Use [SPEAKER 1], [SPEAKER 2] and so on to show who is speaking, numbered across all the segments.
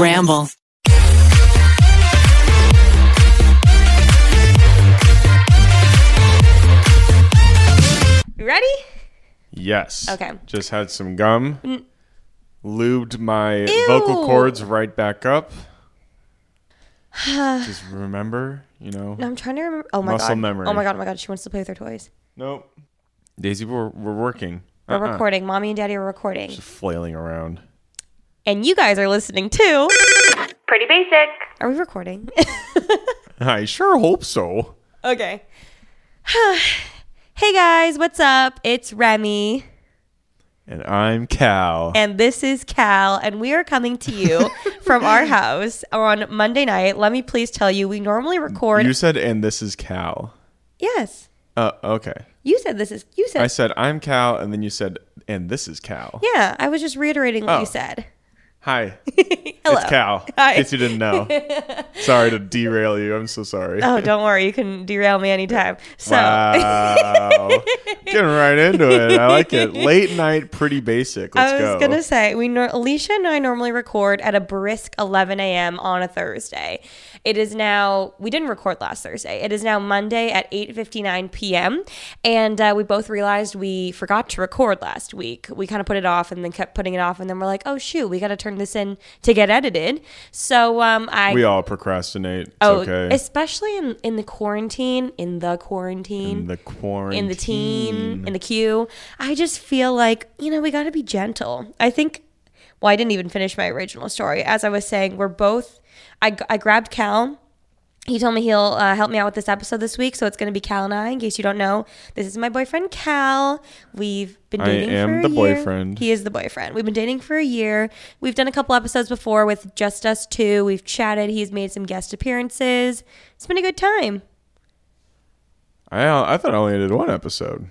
[SPEAKER 1] Ramble.
[SPEAKER 2] Ready?
[SPEAKER 3] Yes.
[SPEAKER 2] Okay. Mm.
[SPEAKER 3] Just had some gum. Lubed my vocal cords right back up. Just remember, you know.
[SPEAKER 2] No, I'm trying to remember. Oh my
[SPEAKER 3] Muscle
[SPEAKER 2] god.
[SPEAKER 3] memory.
[SPEAKER 2] Oh my god. Oh my god. She wants to play with her toys.
[SPEAKER 3] Nope. Daisy, we're, we're working.
[SPEAKER 2] We're
[SPEAKER 3] Uh-uh.
[SPEAKER 2] recording. Mommy and Daddy are recording,
[SPEAKER 3] Just flailing around.
[SPEAKER 2] and you guys are listening too.
[SPEAKER 4] Pretty basic.
[SPEAKER 2] Are we recording?
[SPEAKER 3] I sure hope so.
[SPEAKER 2] okay. hey guys, what's up? It's Remy,
[SPEAKER 3] And I'm Cal.
[SPEAKER 2] and this is Cal, and we are coming to you from our house on Monday night. Let me please tell you, we normally record.
[SPEAKER 3] You said, and this is Cal.
[SPEAKER 2] yes,
[SPEAKER 3] Uh, okay.
[SPEAKER 2] you said this is. You said.
[SPEAKER 3] I said, I'm Cal, and then you said, and this is Cal.
[SPEAKER 2] yeah, I was just reiterating what
[SPEAKER 3] Oh.
[SPEAKER 2] you said.
[SPEAKER 3] Hi.
[SPEAKER 2] Hello.
[SPEAKER 3] It's Cal.
[SPEAKER 2] Hi.
[SPEAKER 3] In case you didn't know. sorry to derail you. I'm so sorry.
[SPEAKER 2] Oh, don't worry. You can derail me anytime. So.
[SPEAKER 3] Wow. Getting right into it. I like it. Late night, pretty basic. Let's
[SPEAKER 2] I was
[SPEAKER 3] go.
[SPEAKER 2] gonna say we nor- Alicia and I normally record at a brisk 11 a.m. on a Thursday. It is now we didn't record last Thursday. It is now Monday at 8:59 p.m. and uh, we both realized we forgot to record last week. We kind of put it off and then kept putting it off, and then we're like, oh shoot, we got to turn this in to get edited. So um, I
[SPEAKER 3] we all procrastinate. It's
[SPEAKER 2] oh,
[SPEAKER 3] okay.
[SPEAKER 2] especially in in the quarantine, in the quarantine,
[SPEAKER 3] in the quarantine.
[SPEAKER 2] in the teen, in the queue. I just feel like, you know, we got to be gentle. I think, well, I didn't even finish my original story. As I was saying, we're both, I, I grabbed Cal. He told me he'll uh, help me out with this episode this week. So it's going to be Cal and I. In case you don't know, this is my boyfriend, Cal. We've been
[SPEAKER 3] I
[SPEAKER 2] dating
[SPEAKER 3] am
[SPEAKER 2] for a
[SPEAKER 3] the
[SPEAKER 2] year.
[SPEAKER 3] boyfriend.
[SPEAKER 2] He is the boyfriend. We've been dating for a year. We've done a couple episodes before with just us two. We've chatted. He's made some guest appearances. It's been a good time.
[SPEAKER 3] I, I thought I only did one episode.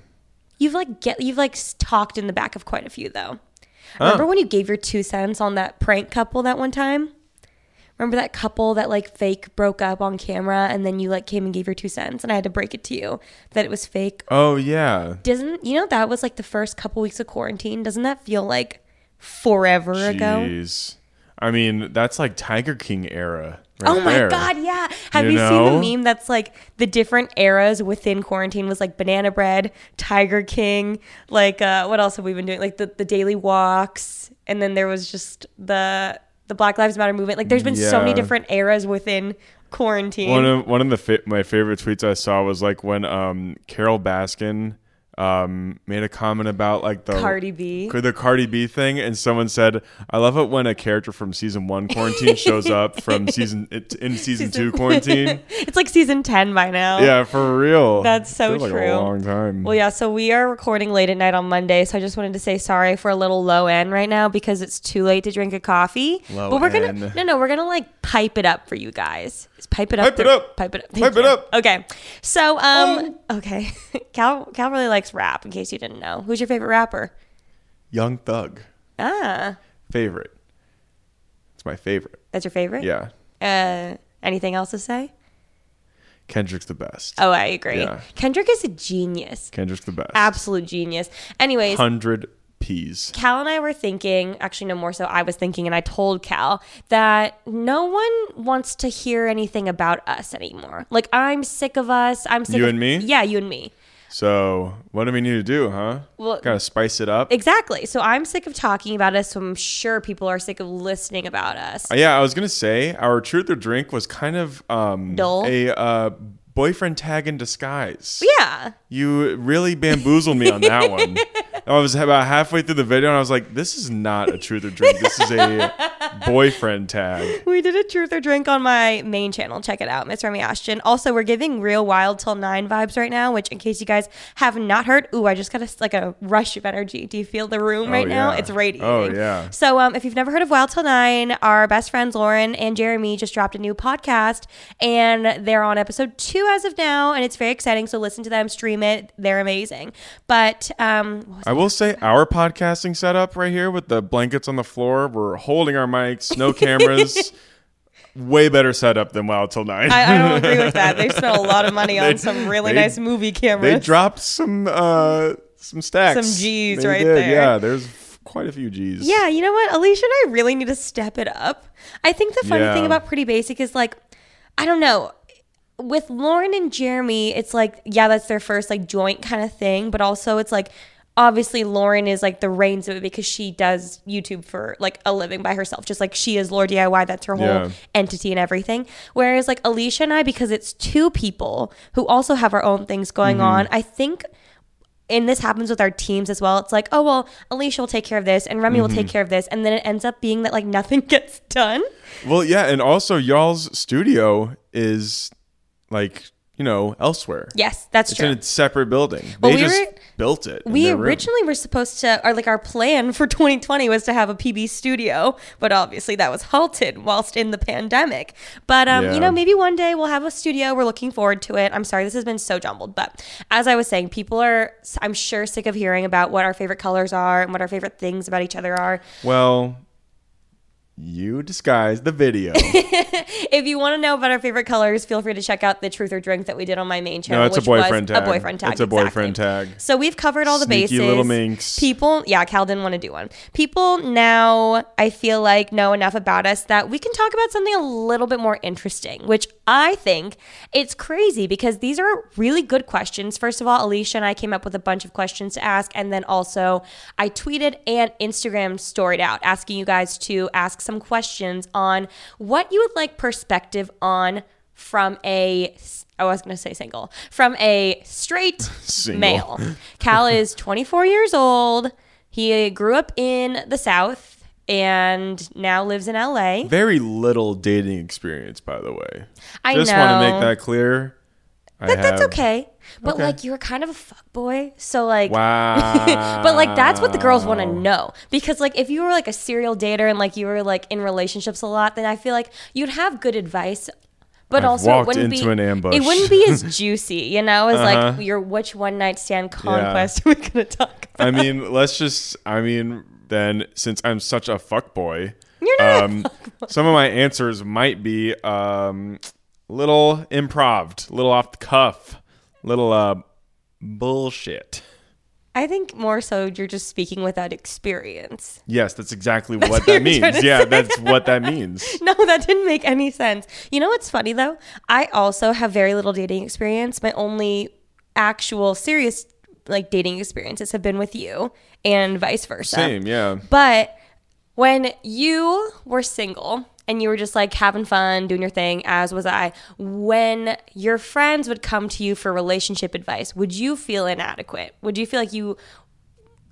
[SPEAKER 2] You've like get you've like s- talked in the back of quite a few though. Remember when you gave your two cents on that prank couple that one time? Remember that couple that like fake broke up on camera and then you like came and gave your two cents and I had to break it to you that it was fake.
[SPEAKER 3] Oh, yeah.
[SPEAKER 2] Doesn't you know that was like the first couple weeks of quarantine? Doesn't that feel like forever ago?
[SPEAKER 3] Jeez. I mean, that's like Tiger King era. Right
[SPEAKER 2] Oh my
[SPEAKER 3] there.
[SPEAKER 2] god, yeah. Have
[SPEAKER 3] You
[SPEAKER 2] you,
[SPEAKER 3] know?
[SPEAKER 2] seen the meme that's like the different eras within quarantine was like banana bread, Tiger King, like uh what else have we been doing? Like the, the daily walks and then there was just the the Black Lives Matter movement. Like there's been so many
[SPEAKER 3] Yeah.
[SPEAKER 2] different eras within quarantine.
[SPEAKER 3] One of one of the fa- my favorite tweets I saw was like when um Carol Baskin um made a comment about like the
[SPEAKER 2] Cardi B.
[SPEAKER 3] the Cardi B thing, and someone said, "I love it when a character from season one quarantine shows up from season it- in season, two quarantine."
[SPEAKER 2] it's like season 10 by now.
[SPEAKER 3] yeah, for real.
[SPEAKER 2] That's so
[SPEAKER 3] Feels like
[SPEAKER 2] true.
[SPEAKER 3] a long time.
[SPEAKER 2] Well, yeah, so we are recording late at night on Monday, so I just wanted to say sorry for a little low end right now because it's too late to drink a coffee.
[SPEAKER 3] Low
[SPEAKER 2] but we're gonna
[SPEAKER 3] end.
[SPEAKER 2] no, no, we're gonna like pipe it up for you guys. Just pipe it up.
[SPEAKER 3] Pipe it
[SPEAKER 2] through-
[SPEAKER 3] up.
[SPEAKER 2] Pipe it up.
[SPEAKER 3] Pipe it up. Oh.
[SPEAKER 2] Okay, so um, okay, Cal Cal really likes rap. In case you didn't know, who's your favorite rapper?
[SPEAKER 3] Young Thug,
[SPEAKER 2] Ah,
[SPEAKER 3] favorite. It's my favorite.
[SPEAKER 2] that's your favorite.
[SPEAKER 3] Yeah,
[SPEAKER 2] Uh, anything else to say?
[SPEAKER 3] Kendrick's the best.
[SPEAKER 2] Oh, I agree.
[SPEAKER 3] Yeah.
[SPEAKER 2] Kendrick is a genius,
[SPEAKER 3] Kendrick's the best.
[SPEAKER 2] absolute genius. Anyways,
[SPEAKER 3] Hundred P's.
[SPEAKER 2] Cal and I were thinking, actually, no more so, I was thinking, and I told Cal that no one wants to hear anything about us anymore. Like, I'm sick of us. I'm sick
[SPEAKER 3] You
[SPEAKER 2] of
[SPEAKER 3] and me?
[SPEAKER 2] Yeah, you and me.
[SPEAKER 3] So what do we need to do, huh?
[SPEAKER 2] Well-
[SPEAKER 3] gotta spice it up.
[SPEAKER 2] Exactly. So I'm sick of talking about us. So I'm sure people are sick of listening about us.
[SPEAKER 3] Uh, Yeah, I was gonna say our truth or drink was kind of um,
[SPEAKER 2] Dull.
[SPEAKER 3] a uh, boyfriend tag in disguise.
[SPEAKER 2] yeah.
[SPEAKER 3] You really bamboozled me on that one. I was about halfway through the video and I was like, "This is not a truth or drink. This is a boyfriend tag."
[SPEAKER 2] We did a truth or drink on my main channel. Check it out, Miss Remy Ashton. Also, we're giving real wild till nine vibes right now, which, in case you guys have not heard, ooh, I just got a, like a rush of energy. Do you feel the room right now?
[SPEAKER 3] yeah.
[SPEAKER 2] It's radiating.
[SPEAKER 3] Oh, yeah.
[SPEAKER 2] So, um, if you've never heard of Wild Till Nine, our best friends Lauren and Jeremy just dropped a new podcast, and they're on episode two as of now, and it's very exciting. So listen to them, stream it. They're amazing. But um, what was
[SPEAKER 3] I will say our podcasting setup right here with the blankets on the floor, we're holding our mics, no cameras. Way better setup than Wild Till Nine.
[SPEAKER 2] I, I don't agree with that. They spent a lot of money on some really
[SPEAKER 3] they-
[SPEAKER 2] nice movie cameras.
[SPEAKER 3] They dropped some uh some stacks.
[SPEAKER 2] Some Gs
[SPEAKER 3] They
[SPEAKER 2] right
[SPEAKER 3] did,
[SPEAKER 2] there.
[SPEAKER 3] Yeah, there's f- quite a few G's.
[SPEAKER 2] Yeah, you know what? Alicia and I really need to step it up. I think the funny
[SPEAKER 3] Yeah.
[SPEAKER 2] thing about Pretty Basic is like, I don't know. With Lauren and Jeremy, it's like, yeah, that's their first like joint kind of thing, but also it's like, obviously Lauren is like the reins of it because she does YouTube for like a living by herself, just like she is Lord DIY. That's her whole
[SPEAKER 3] Yeah.
[SPEAKER 2] entity and everything. Whereas like Alicia and I, because it's two people who also have our own things
[SPEAKER 3] Mm-hmm.
[SPEAKER 2] going on, I think and this happens with our teams as well. It's like, oh well, Alicia will take care of this and Remy will
[SPEAKER 3] Mm-hmm.
[SPEAKER 2] take care of this, and then it ends up being that like nothing gets done.
[SPEAKER 3] Well, yeah, and also y'all's studio is like you know elsewhere.
[SPEAKER 2] Yes, that's
[SPEAKER 3] It's
[SPEAKER 2] true.
[SPEAKER 3] in a separate building.
[SPEAKER 2] Well,
[SPEAKER 3] they
[SPEAKER 2] we
[SPEAKER 3] just
[SPEAKER 2] were-
[SPEAKER 3] built it. in
[SPEAKER 2] we
[SPEAKER 3] their room.
[SPEAKER 2] originally were supposed to, or like our plan for 2020 was to have a PB studio, but obviously that was halted whilst in the pandemic. But um, you
[SPEAKER 3] Yeah.
[SPEAKER 2] know, maybe one day we'll have a studio. We're looking forward to it. I'm sorry this has been so jumbled, but as I was saying, people are, I'm sure, sick of hearing about what our favorite colors are and what our favorite things about each other are.
[SPEAKER 3] Well, you disguised the video.
[SPEAKER 2] If you want to know about our favorite colors, feel free to check out the truth or drink that we did on my main channel.
[SPEAKER 3] no, it's a
[SPEAKER 2] which was
[SPEAKER 3] boyfriend tag.
[SPEAKER 2] A boyfriend tag.
[SPEAKER 3] It's a
[SPEAKER 2] exactly.
[SPEAKER 3] boyfriend tag.
[SPEAKER 2] So we've covered all the
[SPEAKER 3] Sneaky
[SPEAKER 2] bases.
[SPEAKER 3] little minx.
[SPEAKER 2] People, yeah, Cal didn't want to do one. People now, I feel like, know enough about us that we can talk about something a little bit more interesting, which I think it's crazy because these are really good questions. First of all, Alicia and I came up with a bunch of questions to ask, and then also I tweeted and Instagram storied out asking you guys to ask some questions on what you would like perspective on from a I was going to say single from a straight
[SPEAKER 3] Single.
[SPEAKER 2] male. Cal is 24 years old. He grew up in the South and now lives in LA.
[SPEAKER 3] Very little dating experience, by the way.
[SPEAKER 2] I
[SPEAKER 3] just
[SPEAKER 2] know.
[SPEAKER 3] want to make that clear. I
[SPEAKER 2] But that's
[SPEAKER 3] have-
[SPEAKER 2] okay. But
[SPEAKER 3] Okay.
[SPEAKER 2] like you're kind of a fuck boy, so like
[SPEAKER 3] Wow.
[SPEAKER 2] but like that's what the girls want to know because like if you were like a serial dater and like you were like in relationships a lot, then I feel like you'd have good advice. But
[SPEAKER 3] I've
[SPEAKER 2] also, it
[SPEAKER 3] walked
[SPEAKER 2] wouldn't
[SPEAKER 3] into
[SPEAKER 2] be
[SPEAKER 3] an ambush.
[SPEAKER 2] it wouldn't be as juicy, you know, as
[SPEAKER 3] Uh-huh.
[SPEAKER 2] like your which one night stand conquest we're gonna talk about.
[SPEAKER 3] I mean, let's just. I mean, then since I'm such a fuckboy,
[SPEAKER 2] You're not a
[SPEAKER 3] um, some of my answers might be um, little improved, little off the cuff, little uh, bullshit.
[SPEAKER 2] I think more so you're just speaking without experience.
[SPEAKER 3] Yes, that's exactly what
[SPEAKER 2] what
[SPEAKER 3] that
[SPEAKER 2] you're trying
[SPEAKER 3] means.
[SPEAKER 2] to
[SPEAKER 3] Yeah, that's what that means.
[SPEAKER 2] No, that didn't make any sense. You know what's funny though? I also have very little dating experience. My only actual serious like dating experiences have been with you and vice versa.
[SPEAKER 3] Same, yeah.
[SPEAKER 2] But when you were single and you were just like having fun, doing your thing, as was I, when your friends would come to you for relationship advice, would you feel inadequate? Would you feel like you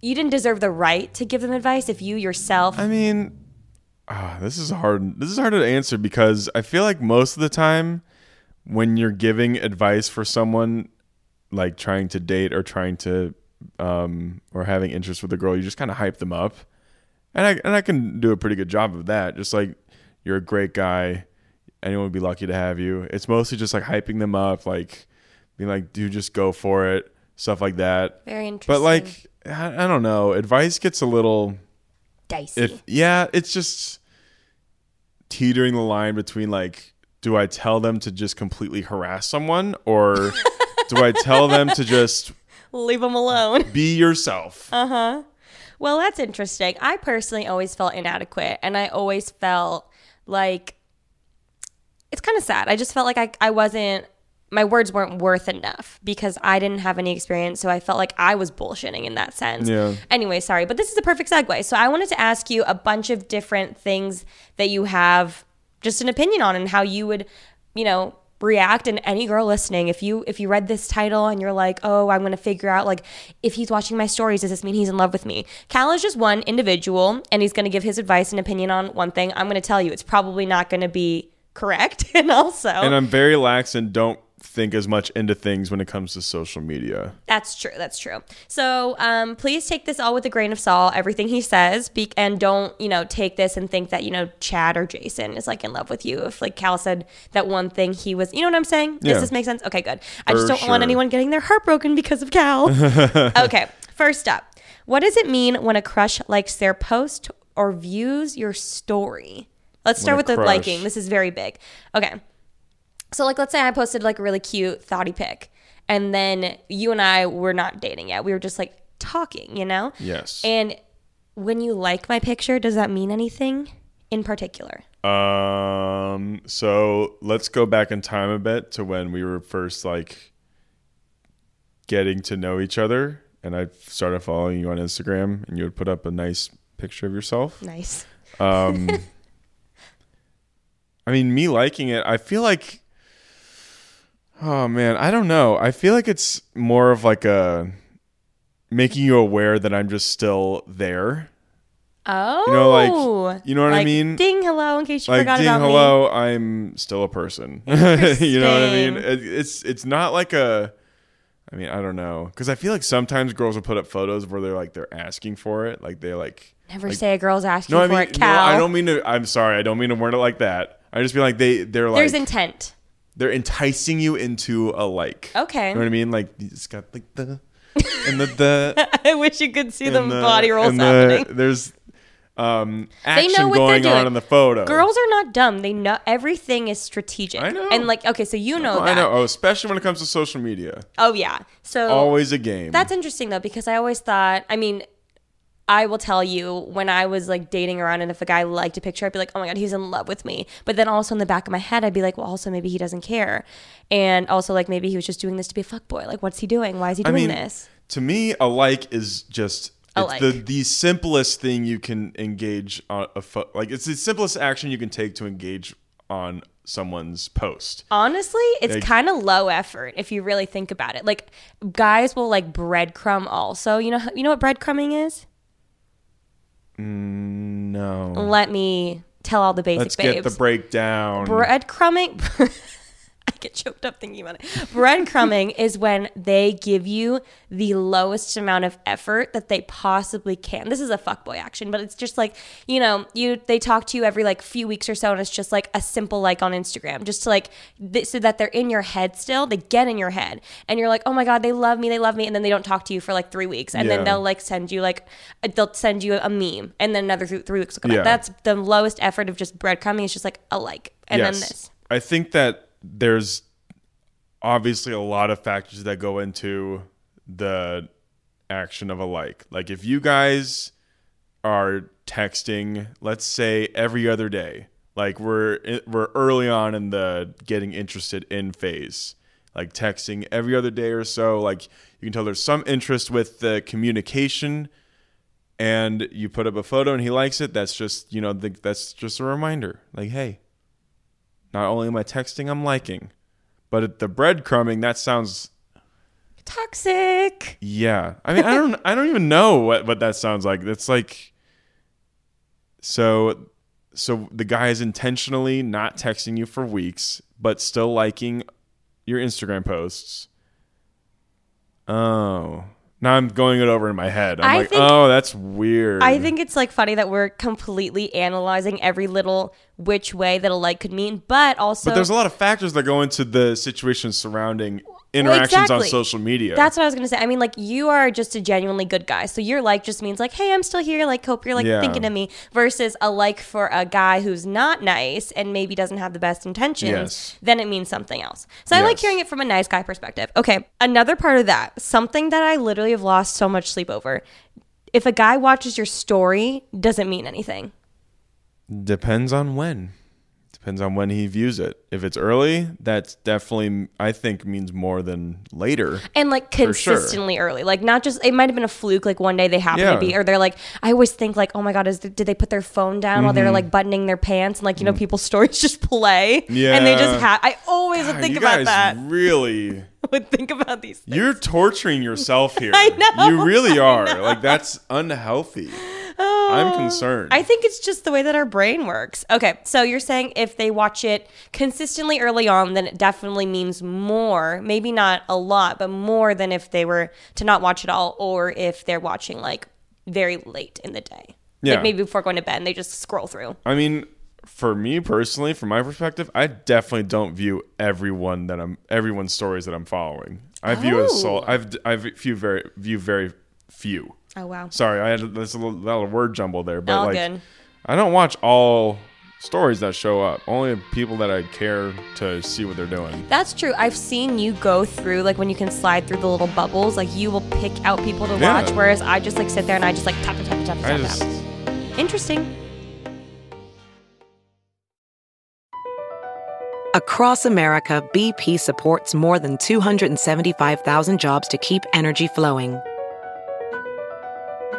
[SPEAKER 2] you didn't deserve the right to give them advice if you yourself
[SPEAKER 3] I mean, ah, this is hard. This is hard to answer because I feel like most of the time when you're giving advice for someone like trying to date or trying to um or having interest with a girl, you just kind of hype them up. And I and I can do a pretty good job of that. Just like you're a great guy. Anyone would be lucky to have you. It's mostly just like hyping them up, like being like, dude, just go for it. Stuff like that.
[SPEAKER 2] very interesting
[SPEAKER 3] But like I, I don't know. Advice gets a little
[SPEAKER 2] dicey.
[SPEAKER 3] if yeah, it's just teetering the line between like, do I tell them to just completely harass someone or do I tell them to just
[SPEAKER 2] Leave them alone.
[SPEAKER 3] be yourself?
[SPEAKER 2] Well, that's interesting. I personally always felt inadequate and I always felt like it's kind of sad. I just felt like I, I wasn't, my words weren't worth enough because I didn't have any experience. So I felt like I was bullshitting in that sense.
[SPEAKER 3] Yeah.
[SPEAKER 2] Anyway, sorry, but this is a perfect segue. So I wanted to ask you a bunch of different things that you have just an opinion on and how you would, you know, react and any girl listening if you if you read this title and you're like oh i'm gonna figure out like if he's watching my stories does this mean he's in love with me cal is just one individual and he's gonna give his advice and opinion on one thing i'm gonna tell you it's probably not gonna be correct and also
[SPEAKER 3] And I'm very lax and don't think as much into things when it comes to social media.
[SPEAKER 2] That's true. That's true. So um, please take this all with a grain of salt, everything he says, be- and don't you know take this and think that you know Chad or Jason is like in love with you. If like Cal said that one thing, he was. You know what I'm saying?
[SPEAKER 3] Yeah.
[SPEAKER 2] Does this make sense? Okay, good. I just
[SPEAKER 3] For
[SPEAKER 2] don't want
[SPEAKER 3] sure.
[SPEAKER 2] anyone getting their heart broken because of Cal. okay, first up, what does it mean when a crush likes their post or views your story? Let's start
[SPEAKER 3] a
[SPEAKER 2] with the
[SPEAKER 3] crush.
[SPEAKER 2] liking. This is very big. Okay. So like let's say I posted like a really cute thoughty pic and then you and I were not dating yet. We were just like talking, you know?
[SPEAKER 3] Yes.
[SPEAKER 2] And when you like my picture, does that mean anything in particular?
[SPEAKER 3] Um, so let's go back in time a bit to when we were first like getting to know each other, and I started following you on Instagram, and you would put up a nice picture of yourself.
[SPEAKER 2] Nice.
[SPEAKER 3] Um, I mean, me liking it, I feel like, oh man, I don't know. I feel like it's more of like a making you aware that I'm just still there.
[SPEAKER 2] Oh.
[SPEAKER 3] know, like- you know what I mean?
[SPEAKER 2] Ding hello in case you
[SPEAKER 3] Like,
[SPEAKER 2] forgot
[SPEAKER 3] ding,
[SPEAKER 2] about me.
[SPEAKER 3] hello, I'm still a person. you know what I mean?
[SPEAKER 2] Interesting.
[SPEAKER 3] It, it's it's not like a. I mean, I don't know, because I feel like sometimes girls will put up photos where they're like they're asking for it, like they like
[SPEAKER 2] Never say a girl's asking
[SPEAKER 3] No, I
[SPEAKER 2] for
[SPEAKER 3] mean,
[SPEAKER 2] it,
[SPEAKER 3] no,
[SPEAKER 2] Cal.
[SPEAKER 3] I don't mean to. I'm sorry, I don't mean to word it like that. I just feel like they they're like
[SPEAKER 2] There's intent.
[SPEAKER 3] they're enticing you into a like.
[SPEAKER 2] Okay.
[SPEAKER 3] you know what I mean? Like it's got like the and the the,
[SPEAKER 2] I wish you could see
[SPEAKER 3] and
[SPEAKER 2] the
[SPEAKER 3] the
[SPEAKER 2] body rolls
[SPEAKER 3] and the-
[SPEAKER 2] happening.
[SPEAKER 3] There's um action
[SPEAKER 2] know what they're
[SPEAKER 3] going on
[SPEAKER 2] doing.
[SPEAKER 3] in the photo.
[SPEAKER 2] Girls are not dumb. They know everything is strategic.
[SPEAKER 3] I know.
[SPEAKER 2] And like, okay, so you know
[SPEAKER 3] Well,
[SPEAKER 2] that.
[SPEAKER 3] I know, oh, especially when it comes to social media.
[SPEAKER 2] Oh yeah. So
[SPEAKER 3] Always a game.
[SPEAKER 2] That's interesting though, because I always thought, I mean, I will tell you when I was like dating around, and if a guy liked a picture, I'd be like, oh my God, he's in love with me. But then also in the back of my head, I'd be like, well, also maybe he doesn't care. And also, like, maybe he was just doing this to be a fuckboy. Like, what's he doing? Why is he
[SPEAKER 3] I
[SPEAKER 2] doing
[SPEAKER 3] mean,
[SPEAKER 2] this?
[SPEAKER 3] to me, a like is just
[SPEAKER 2] A
[SPEAKER 3] it's
[SPEAKER 2] like.
[SPEAKER 3] the the simplest thing you can engage on a pho- like it's the simplest action you can take to engage on someone's post.
[SPEAKER 2] Honestly, it's
[SPEAKER 3] Like-
[SPEAKER 2] kind of low effort if you really think about it. Like, guys will like breadcrumb also. You know, you know what breadcrumbing is?
[SPEAKER 3] No.
[SPEAKER 2] Let me tell all the basic
[SPEAKER 3] Let's
[SPEAKER 2] babes.
[SPEAKER 3] get the breakdown.
[SPEAKER 2] breadcrumbing I get choked up thinking about it. Breadcrumbing is when they give you the lowest amount of effort that they possibly can. This is a fuckboy action, but it's just like, you know, you they talk to you every like few weeks or so and it's just like a simple like on Instagram, just to like th- so that they're in your head still, they get in your head and you're like, "Oh my god, they love me, they love me." And then they don't talk to you for like 3 weeks and
[SPEAKER 3] Yeah.
[SPEAKER 2] then they'll like send you like uh, they'll send you a meme and then another th- 3 weeks will come back.
[SPEAKER 3] Yeah.
[SPEAKER 2] That's the lowest effort of just breadcrumbing. It's just like a like and then this.
[SPEAKER 3] I think that there's obviously a lot of factors that go into the action of a like. Like if you guys are texting, let's say every other day, like we're we're early on in the getting interested in phase. Like texting every other day or so, like you can tell there's some interest with the communication and you put up a photo and he likes it, that's just, you know, the, that's just a reminder. Like, hey, not only am I texting, I'm liking. But at the breadcrumbing, that sounds
[SPEAKER 2] Toxic.
[SPEAKER 3] yeah. I mean, I don't I don't even know what what that sounds like. That's like so so the guy is intentionally not texting you for weeks, but still liking your Instagram posts. Oh. Now I'm going it over in my head. I'm
[SPEAKER 2] I
[SPEAKER 3] like,
[SPEAKER 2] think-
[SPEAKER 3] oh, that's weird.
[SPEAKER 2] I think it's like funny that we're completely analyzing every little which way that a like could mean, but also
[SPEAKER 3] But there's a lot of factors that go into the situation surrounding interactions on
[SPEAKER 2] exactly.
[SPEAKER 3] social media.
[SPEAKER 2] that's what I was gonna say. I mean, like you are just a genuinely good guy, so your like just means like, hey, I'm still here. Like, hope you're like
[SPEAKER 3] Yeah.
[SPEAKER 2] thinking of me. Versus a like for a guy who's not nice and maybe doesn't have the best intentions,
[SPEAKER 3] Yes.
[SPEAKER 2] then it means something else. So I like
[SPEAKER 3] Yes.
[SPEAKER 2] hearing it from a nice guy perspective. Okay, another part of that, something that I literally have lost so much sleep over. If a guy watches your story, doesn't mean anything.
[SPEAKER 3] Depends on when. Depends on when he views it. If it's early, that's definitely I think means more than later.
[SPEAKER 2] and like
[SPEAKER 3] sure.
[SPEAKER 2] consistently early like not just it might have been a fluke like one day they happen
[SPEAKER 3] Yeah.
[SPEAKER 2] to be or they're like i always think like oh my god is th- did they put their phone down while
[SPEAKER 3] Mm-hmm.
[SPEAKER 2] they're like buttoning their pants and like you know people's stories just play and they
[SPEAKER 3] Mm. Yeah.
[SPEAKER 2] just have i always would
[SPEAKER 3] God,
[SPEAKER 2] think
[SPEAKER 3] you
[SPEAKER 2] about
[SPEAKER 3] guys
[SPEAKER 2] that
[SPEAKER 3] really
[SPEAKER 2] would think about these things.
[SPEAKER 3] you're torturing yourself here.
[SPEAKER 2] I know, Oh.
[SPEAKER 3] You really are. Like that's unhealthy. I'm concerned.
[SPEAKER 2] I think it's just the way that our brain works. Okay, so you're saying if they watch it consistently early on, then it definitely means more, maybe not a lot, but more than if they were to not watch at all or if they're watching like very late in the day.
[SPEAKER 3] Yeah.
[SPEAKER 2] Like maybe before going to bed, and they just scroll through.
[SPEAKER 3] I mean, for me personally, from my perspective, I definitely don't view everyone that I'm everyone's stories that I'm following. I view a soul.
[SPEAKER 2] Oh.
[SPEAKER 3] I've I view very view very few.
[SPEAKER 2] Oh, wow.
[SPEAKER 3] Sorry, I had that's a little, a lot of word jumble there, but
[SPEAKER 2] All
[SPEAKER 3] like
[SPEAKER 2] good.
[SPEAKER 3] I don't watch all stories that show up. Only people that I care to see what they're doing.
[SPEAKER 2] That's true. I've seen you go through like when you can slide through the little bubbles, like you will pick out people to
[SPEAKER 3] Yeah.
[SPEAKER 2] watch, whereas I just like sit there and I just like tap tap tap tap
[SPEAKER 3] I
[SPEAKER 2] tap.
[SPEAKER 3] just
[SPEAKER 2] tap. Interesting.
[SPEAKER 1] Across America, BP supports more than 275,000 jobs to keep energy flowing.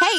[SPEAKER 4] Hey,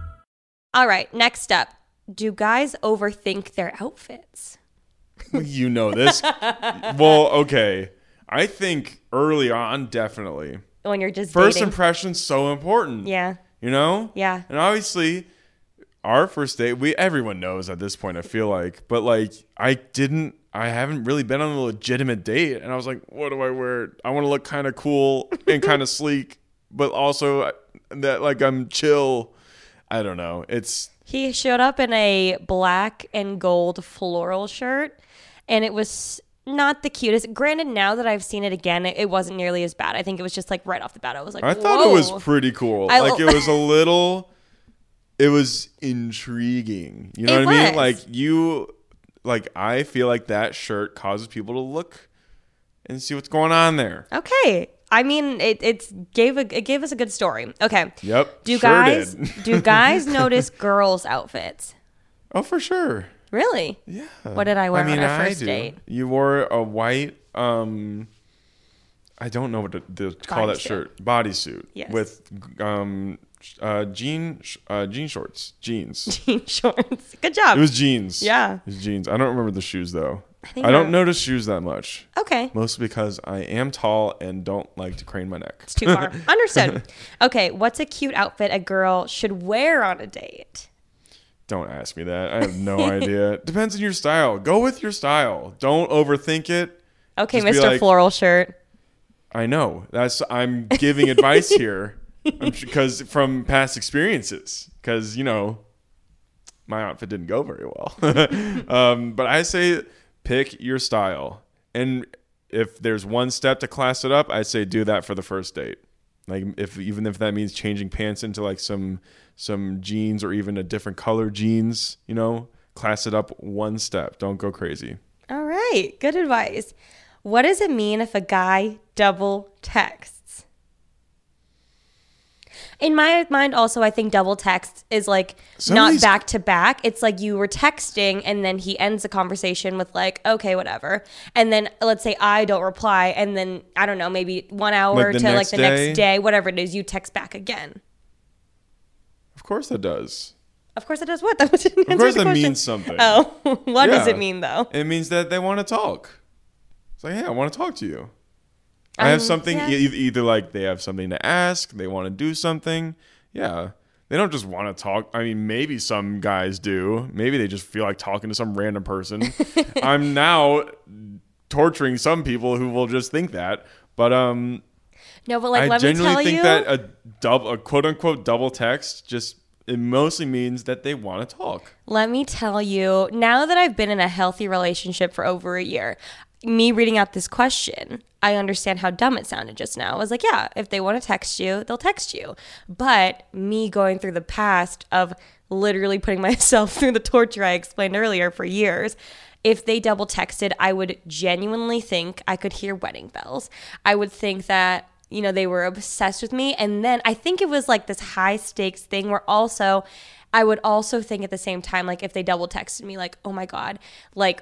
[SPEAKER 2] All right, next up. Do guys overthink their outfits?
[SPEAKER 3] you know this. well, okay. I think early on, definitely.
[SPEAKER 2] When you're just
[SPEAKER 3] First
[SPEAKER 2] dating?
[SPEAKER 3] impression's so important.
[SPEAKER 2] yeah.
[SPEAKER 3] You know?
[SPEAKER 2] Yeah.
[SPEAKER 3] And obviously, our first date, we everyone knows at this point, I feel like, but like I didn't I haven't really been on a legitimate date and I was like, what do I wear? I want to look kind of cool and kind of sleek, but also uh, that like I'm chill. I don't know. It's
[SPEAKER 2] He showed up in a black and gold floral shirt, and it was not the cutest. Granted, now that I've seen it again, it, it wasn't nearly as bad. I think it was just like right off the bat, I was like,
[SPEAKER 3] I thought it
[SPEAKER 2] "Whoa."
[SPEAKER 3] was pretty cool.
[SPEAKER 2] I-
[SPEAKER 3] like it was a little it was intriguing. You know
[SPEAKER 2] It
[SPEAKER 3] what I
[SPEAKER 2] was.
[SPEAKER 3] mean? Like you like I feel like that shirt causes people to look and see what's going on there.
[SPEAKER 2] okay. I mean, it it's gave a, it gave us a good story. Okay.
[SPEAKER 3] Yep,
[SPEAKER 2] Do
[SPEAKER 3] sure
[SPEAKER 2] guys
[SPEAKER 3] did.
[SPEAKER 2] do guys notice girls' outfits?
[SPEAKER 3] Oh, for sure.
[SPEAKER 2] Really? Yeah. What did I wear on our first date?
[SPEAKER 3] You wore a white. um I don't know what to, to call that
[SPEAKER 2] Bodysuit.
[SPEAKER 3] shirt. Bodysuit.
[SPEAKER 2] Yes.
[SPEAKER 3] With um, sh- uh, jean sh- uh, jean shorts, jeans.
[SPEAKER 2] Jean shorts. Good job.
[SPEAKER 3] it was jeans.
[SPEAKER 2] Yeah.
[SPEAKER 3] It was jeans. I don't remember the shoes though.
[SPEAKER 2] think
[SPEAKER 3] I, don't
[SPEAKER 2] I-
[SPEAKER 3] notice shoes that much.
[SPEAKER 2] okay.
[SPEAKER 3] Mostly because I am tall and don't like to crane my neck.
[SPEAKER 2] It's too far. Understood. Okay, what's a cute outfit a girl should wear on a date?
[SPEAKER 3] Don't ask me that. I have no idea. Depends on your style. Go with your style. Don't overthink it.
[SPEAKER 2] Okay,
[SPEAKER 3] Just be
[SPEAKER 2] Mr.
[SPEAKER 3] like-
[SPEAKER 2] Floral shirt.
[SPEAKER 3] I know. That's I'm giving advice here because from past experiences. Because you know, my outfit didn't go very well. um, but I say pick your style, and if there's one step to class it up, I say do that for the first date. Like if even if that means changing pants into like some some jeans or even a different color jeans, you know, class it up one step. Don't go crazy.
[SPEAKER 2] All right, good advice. What does it mean if a guy double texts? In my mind, also, I think double text is like
[SPEAKER 3] Some of
[SPEAKER 2] not
[SPEAKER 3] these-
[SPEAKER 2] back to back. It's like you were texting and then he ends the conversation with, like, okay, whatever. And then let's say I don't reply. And then I don't know, maybe one hour
[SPEAKER 3] Like the
[SPEAKER 2] to like
[SPEAKER 3] next
[SPEAKER 2] the
[SPEAKER 3] day?
[SPEAKER 2] next day, whatever it is, you text back again.
[SPEAKER 3] Of course that does.
[SPEAKER 2] Of course, it does what? That didn't answer
[SPEAKER 3] Of course
[SPEAKER 2] the
[SPEAKER 3] that
[SPEAKER 2] question.
[SPEAKER 3] means something.
[SPEAKER 2] Oh, what does
[SPEAKER 3] Yeah.
[SPEAKER 2] it mean though?
[SPEAKER 3] It means that they want to talk. It's like, hey, I want to talk to you. I have something,
[SPEAKER 2] yeah.
[SPEAKER 3] e- e- either like they have something to ask, they want to do something. Yeah. They don't just want to talk. I mean, maybe some guys do. Maybe they just feel like talking to some random person. I'm now torturing some people who will just think that. But um,
[SPEAKER 2] No, but like,
[SPEAKER 3] I
[SPEAKER 2] let me
[SPEAKER 3] genuinely
[SPEAKER 2] tell
[SPEAKER 3] think
[SPEAKER 2] you.
[SPEAKER 3] that a double, a quote unquote double text, just it mostly means that they want to talk.
[SPEAKER 2] Let me tell you, now that I've been in a healthy relationship for over a year, me reading out this question, I understand how dumb it sounded just now. I was like, yeah, if they want to text you, they'll text you. But me going through the past of literally putting myself through the torture I explained earlier for years, if they double texted, I would genuinely think I could hear wedding bells. I would think that you know, they were obsessed with me. And then I think it was like this high stakes thing where also I would also think at the same time, like if they double texted me, like, oh my God, like,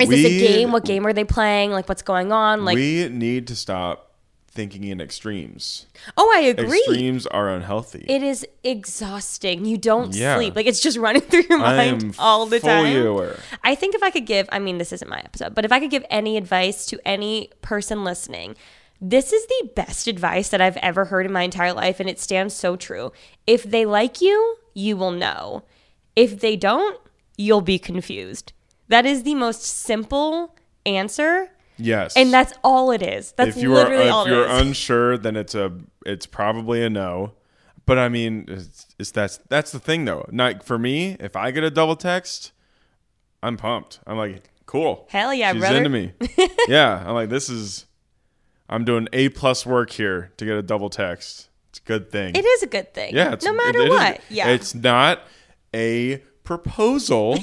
[SPEAKER 2] is this a
[SPEAKER 3] We-
[SPEAKER 2] game? What game are they playing? Like, what's going on? Like,
[SPEAKER 3] we need to stop thinking in extremes.
[SPEAKER 2] Oh, I agree.
[SPEAKER 3] Extremes are unhealthy.
[SPEAKER 2] It is exhausting. You don't
[SPEAKER 3] Yeah.
[SPEAKER 2] sleep. Like it's just running through your
[SPEAKER 3] I
[SPEAKER 2] mind
[SPEAKER 3] am
[SPEAKER 2] all the
[SPEAKER 3] fully
[SPEAKER 2] time.
[SPEAKER 3] aware.
[SPEAKER 2] I think if I could give, I mean, this isn't my episode, but if I could give any advice to any person listening, this is the best advice that I've ever heard in my entire life, and it stands so true. If they like you, you will know. If they don't, you'll be confused. That is the most simple answer,
[SPEAKER 3] yes.
[SPEAKER 2] and that's all it is. That's
[SPEAKER 3] if you are
[SPEAKER 2] literally
[SPEAKER 3] if
[SPEAKER 2] all it
[SPEAKER 3] you're
[SPEAKER 2] is.
[SPEAKER 3] unsure, then it's a it's probably a no. But I mean, it's, it's that's that's the thing though. Not for me. If I get a double text, I'm pumped. I'm like, cool.
[SPEAKER 2] Hell yeah,
[SPEAKER 3] she's
[SPEAKER 2] brother.
[SPEAKER 3] into me. yeah, I'm like, this is. I'm doing a plus work here to get a double text. It's a good thing.
[SPEAKER 2] it is a good thing.
[SPEAKER 3] Yeah, it's,
[SPEAKER 2] no matter
[SPEAKER 3] it- it is-
[SPEAKER 2] what. yeah.
[SPEAKER 3] it's not a proposal.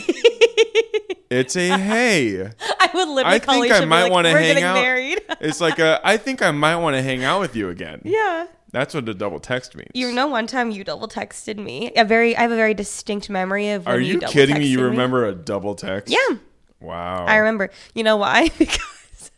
[SPEAKER 3] it's a hey.
[SPEAKER 2] I would literally
[SPEAKER 3] I
[SPEAKER 2] call
[SPEAKER 3] think
[SPEAKER 2] Alicia
[SPEAKER 3] I
[SPEAKER 2] and be
[SPEAKER 3] might
[SPEAKER 2] like,
[SPEAKER 3] want to
[SPEAKER 2] "We're
[SPEAKER 3] hang
[SPEAKER 2] getting
[SPEAKER 3] out.
[SPEAKER 2] Married.
[SPEAKER 3] it's like a, I think I might want to hang out with you again.
[SPEAKER 2] yeah.
[SPEAKER 3] That's what a double text means.
[SPEAKER 2] You know, one time you double texted me. A very, I have a very distinct memory of. When
[SPEAKER 3] Are
[SPEAKER 2] you,
[SPEAKER 3] you
[SPEAKER 2] double
[SPEAKER 3] kidding me? You
[SPEAKER 2] texted
[SPEAKER 3] remember a double text?
[SPEAKER 2] Yeah,
[SPEAKER 3] Wow.
[SPEAKER 2] I remember. You know why? Because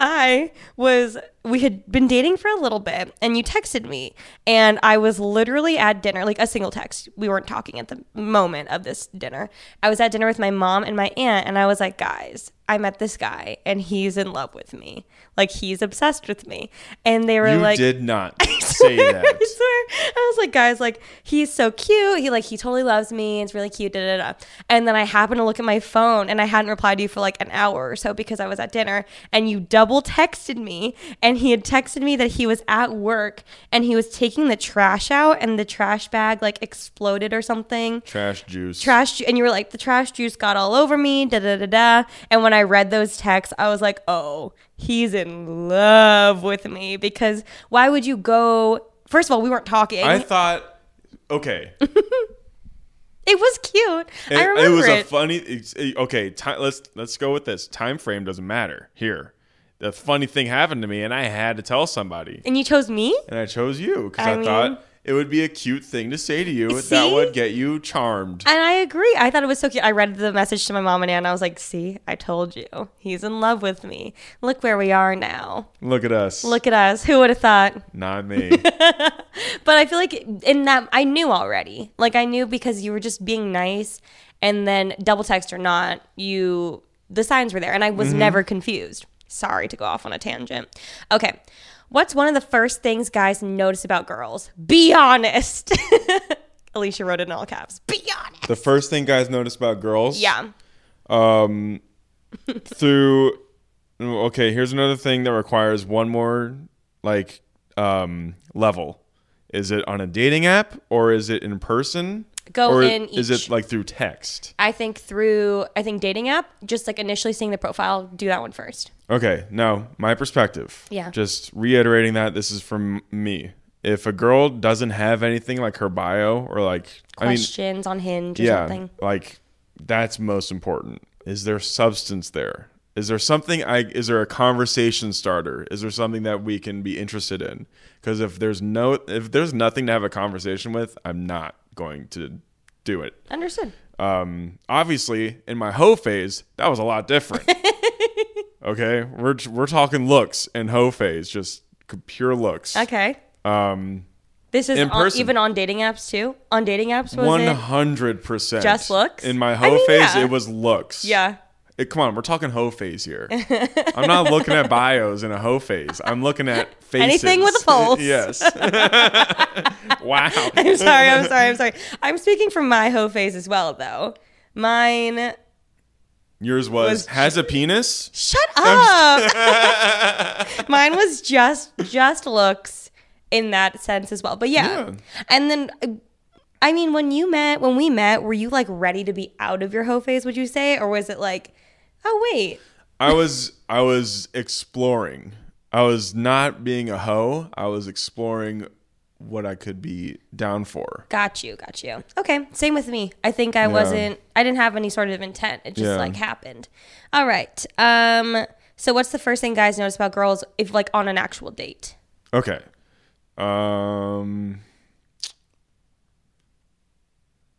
[SPEAKER 2] I was. We had been dating for a little bit, and you texted me, and I was literally at dinner, like a single text. We weren't talking at the moment of this dinner. I was at dinner with my mom and my aunt, and I was like, guys. I met this guy and he's in love with me. Like he's obsessed with me. And they were
[SPEAKER 3] you
[SPEAKER 2] like
[SPEAKER 3] did not say that.
[SPEAKER 2] I swear. I was like, guys, like he's so cute. He like he totally loves me. It's really cute. Da, da, da. And then I happened to look at my phone and I hadn't replied to you for like an hour or so because I was at dinner and you double texted me and he had texted me that he was at work and he was taking the trash out and the trash bag like exploded or something
[SPEAKER 3] Trash juice.
[SPEAKER 2] trash ju- and you were like the trash juice got all over me da da da da and when i read those texts i was like oh he's in love with me because why would you go first of all we weren't talking
[SPEAKER 3] I thought. Okay.
[SPEAKER 2] it was cute i
[SPEAKER 3] It-
[SPEAKER 2] remember
[SPEAKER 3] it was a
[SPEAKER 2] it.
[SPEAKER 3] funny. It's, it- okay, ti let's let's go with this. Time frame doesn't matter here. The funny thing happened to me, and I had to tell somebody,
[SPEAKER 2] and you chose me
[SPEAKER 3] and I chose you because
[SPEAKER 2] I
[SPEAKER 3] I,
[SPEAKER 2] mean-
[SPEAKER 3] thought it would be a cute thing to say to you that
[SPEAKER 2] See?
[SPEAKER 3] would get you charmed.
[SPEAKER 2] and i agree i thought it was so cute i read the message to my mom and aunt and i was like see i told you he's in love with me look where we are now
[SPEAKER 3] Look at us.
[SPEAKER 2] look at us who would have thought
[SPEAKER 3] not me.
[SPEAKER 2] But I feel like in that I knew already. Like I knew because you were just being nice and then double text or not, you the signs were there and I
[SPEAKER 3] Mm-hmm.
[SPEAKER 2] was never confused. Sorry to go off on a tangent. Okay. What's one of the first things guys notice about girls? Be honest. Alicia wrote it in all caps. Be honest.
[SPEAKER 3] the first thing guys notice about girls.
[SPEAKER 2] Yeah.
[SPEAKER 3] through okay here's another thing that requires one more like um level is it on a dating app or is it in person
[SPEAKER 2] Go
[SPEAKER 3] or
[SPEAKER 2] in
[SPEAKER 3] is
[SPEAKER 2] each.
[SPEAKER 3] it like through text
[SPEAKER 2] I think through I think dating app, just like initially seeing the profile, do that one first.
[SPEAKER 3] okay now my perspective
[SPEAKER 2] Yeah.
[SPEAKER 3] just reiterating that this is from me if a girl doesn't have anything like her bio or like i mean
[SPEAKER 2] Questions on hinge or something.
[SPEAKER 3] Like that's most important. Is there substance there? Is there something I is there a conversation starter? Is there something that we can be interested in? Cuz if there's no if there's nothing to have a conversation with, I'm not going to do it.
[SPEAKER 2] Understood.
[SPEAKER 3] Um obviously in my hoe phase, that was a lot different. okay? We're we're talking looks and hoe phase, just pure looks.
[SPEAKER 2] Okay. Um, this is
[SPEAKER 3] in
[SPEAKER 2] on,
[SPEAKER 3] person.
[SPEAKER 2] even on dating apps too. On dating apps was
[SPEAKER 3] One
[SPEAKER 2] it?
[SPEAKER 3] hundred percent.
[SPEAKER 2] just looks?
[SPEAKER 3] In my
[SPEAKER 2] I
[SPEAKER 3] hoe
[SPEAKER 2] mean,
[SPEAKER 3] phase,
[SPEAKER 2] yeah.
[SPEAKER 3] it was looks.
[SPEAKER 2] Yeah.
[SPEAKER 3] It, come on, we're talking hoe phase here. I'm not looking at bios in a hoe phase. I'm looking at faces.
[SPEAKER 2] Anything with a pulse.
[SPEAKER 3] yes. wow.
[SPEAKER 2] I'm sorry. I'm sorry. I'm sorry. I'm speaking from my hoe phase as well, though. Mine.
[SPEAKER 3] Yours was,
[SPEAKER 2] Was-
[SPEAKER 3] has a penis.
[SPEAKER 2] Shut up. Mine was just just looks in that sense as well. But yeah.
[SPEAKER 3] Yeah.
[SPEAKER 2] And then. uh, I mean, when you met, when we met, were you like ready to be out of your hoe phase? Would you say, or was it like, oh wait,
[SPEAKER 3] I was I was exploring. I was not being a hoe. I was exploring what I could be down for.
[SPEAKER 2] Got you, got you. Okay, same with me. I think I wasn't. I didn't have any sort of intent. It just
[SPEAKER 3] Yeah.
[SPEAKER 2] like happened. All right. Um. So what's the first thing guys notice about girls if like on an actual date?
[SPEAKER 3] Okay. Um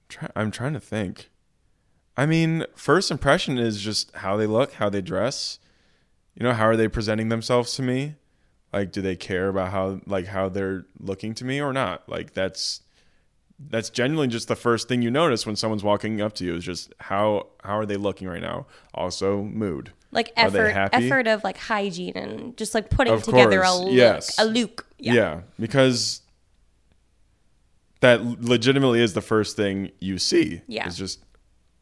[SPEAKER 3] try, I'm trying to think. I mean, first impression is just how they look, how they dress. You know, how are they presenting themselves to me? like do they care about how like how they're looking to me or not like that's that's genuinely just the first thing you notice when someone's walking up to you is just how how are they looking right now also mood
[SPEAKER 2] like
[SPEAKER 3] Are they
[SPEAKER 2] effort
[SPEAKER 3] happy?
[SPEAKER 2] effort of like hygiene and just like putting
[SPEAKER 3] Of
[SPEAKER 2] together
[SPEAKER 3] course,
[SPEAKER 2] a look
[SPEAKER 3] yes.
[SPEAKER 2] a look
[SPEAKER 3] Yeah. because that legitimately is the first thing you see.
[SPEAKER 2] Yeah. Uh,
[SPEAKER 3] It's just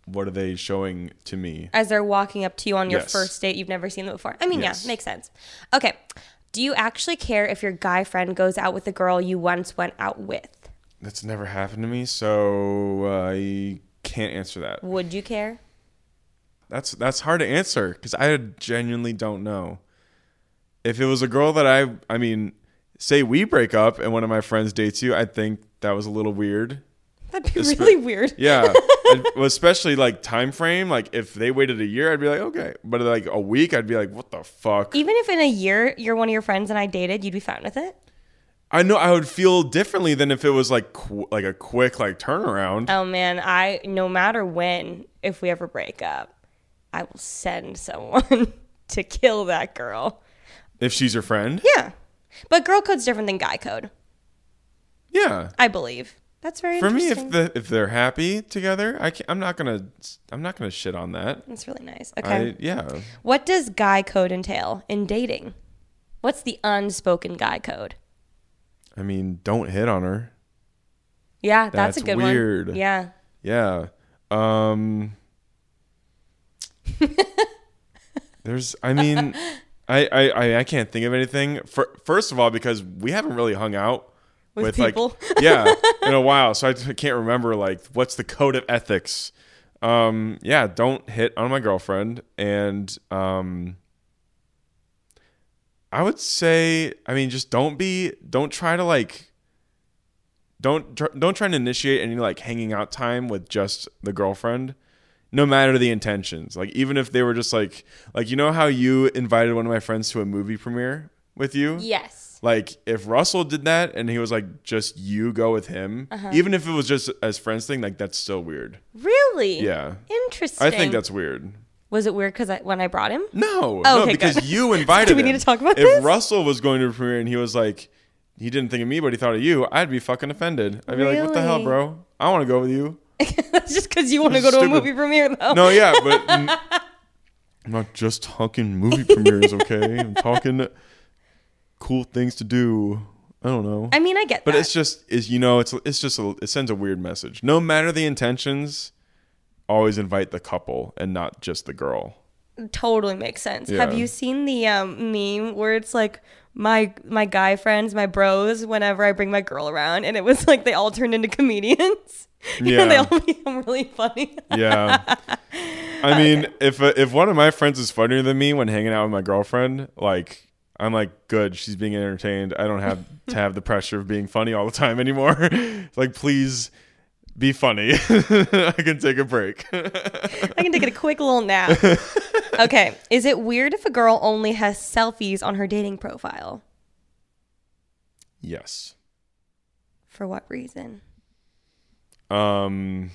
[SPEAKER 3] what are they showing to me?
[SPEAKER 2] as they're walking up to you on your
[SPEAKER 3] Yes.
[SPEAKER 2] first date you've never seen them before i mean
[SPEAKER 3] Yes.
[SPEAKER 2] yeah makes sense okay do you actually care if your guy friend goes out with the girl you once went out with
[SPEAKER 3] That's never happened to me, so I can't answer that.
[SPEAKER 2] would you care
[SPEAKER 3] That's that's hard to answer because I genuinely don't know. If it was a girl that I, I mean, say we break up and one of my friends dates you, I think that was a little weird.
[SPEAKER 2] that'd be
[SPEAKER 3] Espe-
[SPEAKER 2] really weird
[SPEAKER 3] Yeah, And- well, especially like time frame. Like if they waited a year, I'd be like okay, but like a week, I'd be like, what the fuck?
[SPEAKER 2] even if in a year you're one of your friends and i dated you'd be fine with it
[SPEAKER 3] I know I would feel differently than if it was like qu- like a quick like turnaround.
[SPEAKER 2] oh man i no matter when if we ever break up i will send someone to kill that girl
[SPEAKER 3] If she's your friend,
[SPEAKER 2] yeah but girl code's different than guy code
[SPEAKER 3] yeah.
[SPEAKER 2] i believe that's very
[SPEAKER 3] For me,
[SPEAKER 2] interesting.
[SPEAKER 3] if the if they're happy together, I can I'm not gonna I'm not gonna shit on that.
[SPEAKER 2] that's really nice okay
[SPEAKER 3] I yeah.
[SPEAKER 2] What does guy code entail in dating? What's the unspoken guy code?
[SPEAKER 3] I mean, don't hit on her.
[SPEAKER 2] Yeah, that's, a
[SPEAKER 3] That's
[SPEAKER 2] good
[SPEAKER 3] weird.
[SPEAKER 2] one. Yeah.
[SPEAKER 3] Yeah. Um There's I mean I, I I I can't think of anything. For, first of all because we haven't really hung out
[SPEAKER 2] With people?
[SPEAKER 3] like yeah, in a while. So I t- can't remember like what's the code of ethics. Um yeah, don't hit on my girlfriend and um I would say I mean just don't be don't try to like don't tr- don't try to initiate any like hanging out time with just the girlfriend no matter the intentions like even if they were just like like you know how you invited one of my friends to a movie premiere with you
[SPEAKER 2] Yes.
[SPEAKER 3] like if russell did that and he was like just you go with him
[SPEAKER 2] Uh-huh.
[SPEAKER 3] even if it was just as friends thing like that's still weird
[SPEAKER 2] Really?
[SPEAKER 3] Yeah.
[SPEAKER 2] Interesting.
[SPEAKER 3] i think that's weird
[SPEAKER 2] was it weird because I, when I brought him.
[SPEAKER 3] no
[SPEAKER 2] Oh,
[SPEAKER 3] no
[SPEAKER 2] okay,
[SPEAKER 3] because
[SPEAKER 2] good.
[SPEAKER 3] you invited
[SPEAKER 2] Do we
[SPEAKER 3] him.
[SPEAKER 2] need to talk about
[SPEAKER 3] if
[SPEAKER 2] this?
[SPEAKER 3] russell was going to a premiere and he was like he didn't think of me but he thought of you i'd be fucking offended i'd be like what the hell
[SPEAKER 2] Really?
[SPEAKER 3] bro i want to go with you
[SPEAKER 2] That's just because you want to go to a
[SPEAKER 3] Stupid.
[SPEAKER 2] movie premiere, though.
[SPEAKER 3] No, yeah, but n- I'm not just talking movie premieres, okay? I'm talking cool things to do. I don't know.
[SPEAKER 2] I mean, I get
[SPEAKER 3] but
[SPEAKER 2] that.
[SPEAKER 3] it's just is you know, it's it's just a, it sends a weird message. No matter the intentions, always invite the couple and not just the girl.
[SPEAKER 2] totally makes sense.
[SPEAKER 3] Yeah.
[SPEAKER 2] Have you seen the um, meme where it's like my my guy friends, my bros, whenever I bring my girl around, and it was like they all turned into comedians. You know, they
[SPEAKER 3] Yeah.
[SPEAKER 2] all become really funny.
[SPEAKER 3] Yeah. I mean, if uh, if one of my friends is funnier than me when hanging out with my girlfriend, like I'm like, good, she's being entertained. I don't have to have the pressure of being funny all the time anymore. It's like, please be funny. I can take a break.
[SPEAKER 2] I can take a quick little nap. okay. Is it weird if a girl only has selfies on her dating profile?
[SPEAKER 3] yes.
[SPEAKER 2] For what reason?
[SPEAKER 3] Um.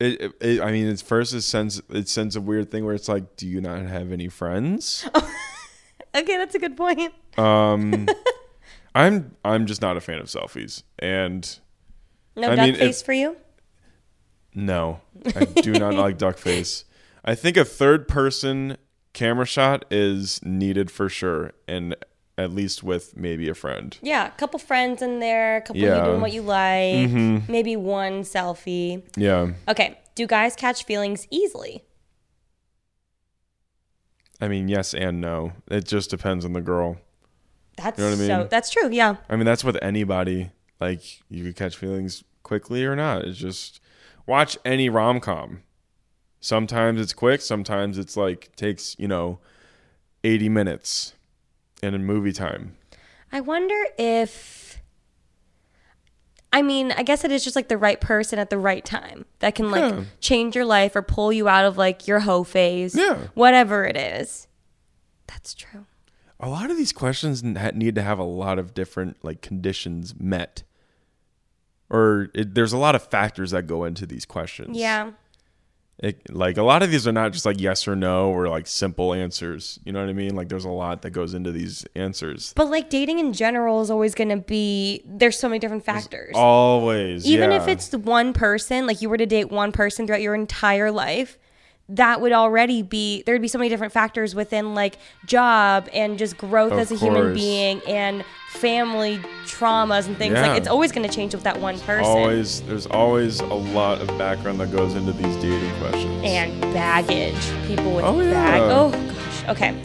[SPEAKER 3] It, it, it, I mean, it's first it sends it sends a weird thing where it's like, do you not have any friends?
[SPEAKER 2] Okay, that's a good point.
[SPEAKER 3] Um, I'm I'm just not a fan of selfies, and
[SPEAKER 2] No
[SPEAKER 3] I
[SPEAKER 2] duck
[SPEAKER 3] mean,
[SPEAKER 2] face
[SPEAKER 3] if-
[SPEAKER 2] for you?
[SPEAKER 3] No, I do not like duck face. I think a third person camera shot is needed for sure, and at least with maybe a friend.
[SPEAKER 2] Yeah, a couple friends in there, a couple
[SPEAKER 3] Yeah. Mm-hmm.
[SPEAKER 2] you doing what you like, maybe one selfie.
[SPEAKER 3] Yeah,
[SPEAKER 2] Okay. Do guys catch feelings easily?
[SPEAKER 3] I mean yes and no. It just depends on the girl.
[SPEAKER 2] That's
[SPEAKER 3] You know what I
[SPEAKER 2] so
[SPEAKER 3] mean?
[SPEAKER 2] that's true. Yeah.
[SPEAKER 3] I mean that's with anybody. Like you could catch feelings quickly or not. It's just watch any rom com. Sometimes it's quick. Sometimes it's like takes you know eighty minutes, and in movie time.
[SPEAKER 2] I wonder if I mean, I guess it is just like the right person at the right time that can like
[SPEAKER 3] Yeah.
[SPEAKER 2] change your life or pull you out of like your hoe phase.
[SPEAKER 3] Yeah.
[SPEAKER 2] Whatever it is. That's true.
[SPEAKER 3] a lot of these questions n- ha- need to have a lot of different like conditions met or it, there's a lot of factors that go into these questions
[SPEAKER 2] Yeah.
[SPEAKER 3] It, like a lot of these are not just like yes or no or like simple answers. You know what I mean? Like there's a lot that goes into these answers.
[SPEAKER 2] But like dating in general is always going to be there's so many different factors.
[SPEAKER 3] Always,
[SPEAKER 2] Even
[SPEAKER 3] yeah.
[SPEAKER 2] if it's the one person, like you were to date one person throughout your entire life, that would already be there would be so many different factors within like job and just growth
[SPEAKER 3] Of
[SPEAKER 2] as a human
[SPEAKER 3] course.
[SPEAKER 2] being and family traumas and things
[SPEAKER 3] Yeah.
[SPEAKER 2] like it's always going to change with that one person.
[SPEAKER 3] always there's always a lot of background that goes into these dating questions.
[SPEAKER 2] and baggage. People with
[SPEAKER 3] Oh, yeah.
[SPEAKER 2] bag. Oh gosh. Okay.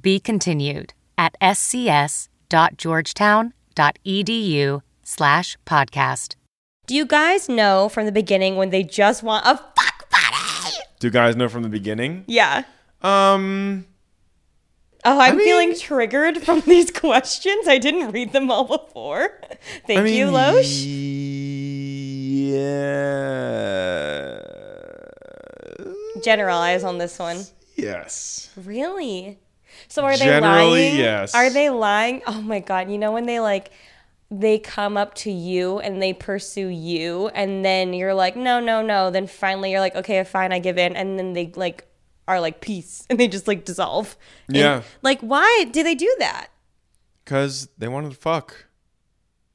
[SPEAKER 5] Be continued at scs.georgetown.edu slash podcast.
[SPEAKER 2] Do you guys know from the beginning when they just want a fuck buddy?
[SPEAKER 3] Do guys know from the beginning?
[SPEAKER 2] Yeah.
[SPEAKER 3] Um
[SPEAKER 2] Oh, I'm
[SPEAKER 3] I mean-
[SPEAKER 2] feeling triggered from these questions. I didn't read them all before. Thank
[SPEAKER 3] I mean,
[SPEAKER 2] you, Loesch.
[SPEAKER 3] Yeah.
[SPEAKER 2] Generalize on this one.
[SPEAKER 3] Yes.
[SPEAKER 2] Really? So are they
[SPEAKER 3] Generally,
[SPEAKER 2] lying?
[SPEAKER 3] yes.
[SPEAKER 2] Are they lying? Oh my god! You know when they like they come up to you and they pursue you, and then you're like, no, no, no. Then finally you're like, okay, fine, I give in, and then they like are like peace, and they just like dissolve. And,
[SPEAKER 3] Yeah.
[SPEAKER 2] like why do they do that?
[SPEAKER 3] Cause they wanted to fuck.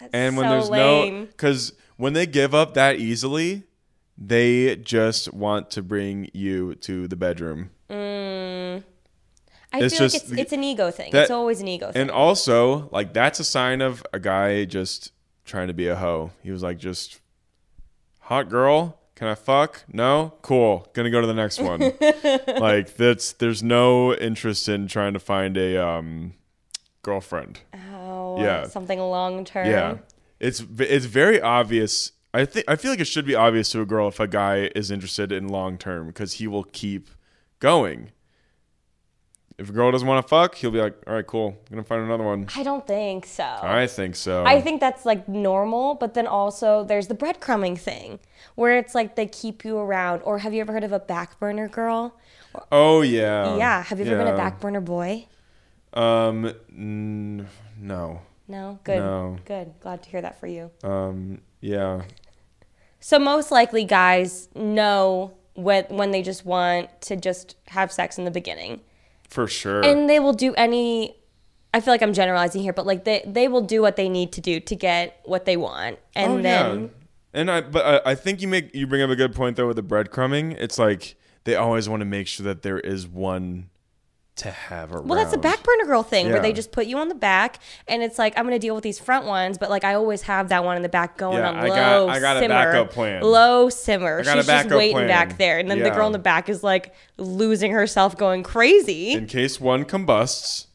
[SPEAKER 2] That's
[SPEAKER 3] and when
[SPEAKER 2] so
[SPEAKER 3] there's
[SPEAKER 2] lame.
[SPEAKER 3] no because when they give up that easily they just want to bring you to the bedroom
[SPEAKER 2] I
[SPEAKER 3] it's
[SPEAKER 2] feel
[SPEAKER 3] just-
[SPEAKER 2] like it's, it's an ego thing.
[SPEAKER 3] that-
[SPEAKER 2] it's always an ego thing.
[SPEAKER 3] and also like that's a sign of a guy just trying to be a hoe he was like just hot girl can i fuck no cool gonna go to the next one like that's there's no interest in trying to find a um girlfriend
[SPEAKER 2] oh,
[SPEAKER 3] yeah.
[SPEAKER 2] something long term.
[SPEAKER 3] Yeah, it's v- it's very obvious. I think I feel like it should be obvious to a girl if a guy is interested in long term because he will keep going. If a girl doesn't want to fuck, he'll be like, "All right, cool, I'm gonna find another one."
[SPEAKER 2] I don't think so.
[SPEAKER 3] I think so.
[SPEAKER 2] I think that's like normal, but then also there's the breadcrumbing thing where it's like they keep you around. Or have you ever heard of a back burner girl?
[SPEAKER 3] Oh yeah.
[SPEAKER 2] yeah. Have you ever been a
[SPEAKER 3] yeah.
[SPEAKER 2] back burner boy?
[SPEAKER 3] Um, n- no.
[SPEAKER 2] No. Good.
[SPEAKER 3] No.
[SPEAKER 2] Good. Glad to hear that for you.
[SPEAKER 3] Um, yeah.
[SPEAKER 2] So most likely guys know when when they just want to just have sex in the beginning.
[SPEAKER 3] For sure.
[SPEAKER 2] And they will do any I feel like I'm generalizing here, but like they they will do what they need to do to get what they want. And
[SPEAKER 3] Oh,
[SPEAKER 2] then
[SPEAKER 3] yeah. and I but I, I think you make you bring up a good point though with the breadcrumbing. It's like they always want to make sure that there is one to have around.
[SPEAKER 2] Well, that's a back burner girl thing where they
[SPEAKER 3] Yeah.
[SPEAKER 2] just put you on the back, and it's like I'm gonna deal with these front ones, but like I always have that one in the back going
[SPEAKER 3] Yeah,
[SPEAKER 2] on
[SPEAKER 3] I
[SPEAKER 2] low
[SPEAKER 3] got- I got a
[SPEAKER 2] simmer,
[SPEAKER 3] backup plan.
[SPEAKER 2] low simmer.
[SPEAKER 3] I got a
[SPEAKER 2] She's just
[SPEAKER 3] backup
[SPEAKER 2] waiting
[SPEAKER 3] plan.
[SPEAKER 2] back there, and then the
[SPEAKER 3] Yeah.
[SPEAKER 2] girl in the back is like losing herself, going crazy.
[SPEAKER 3] In case one combusts,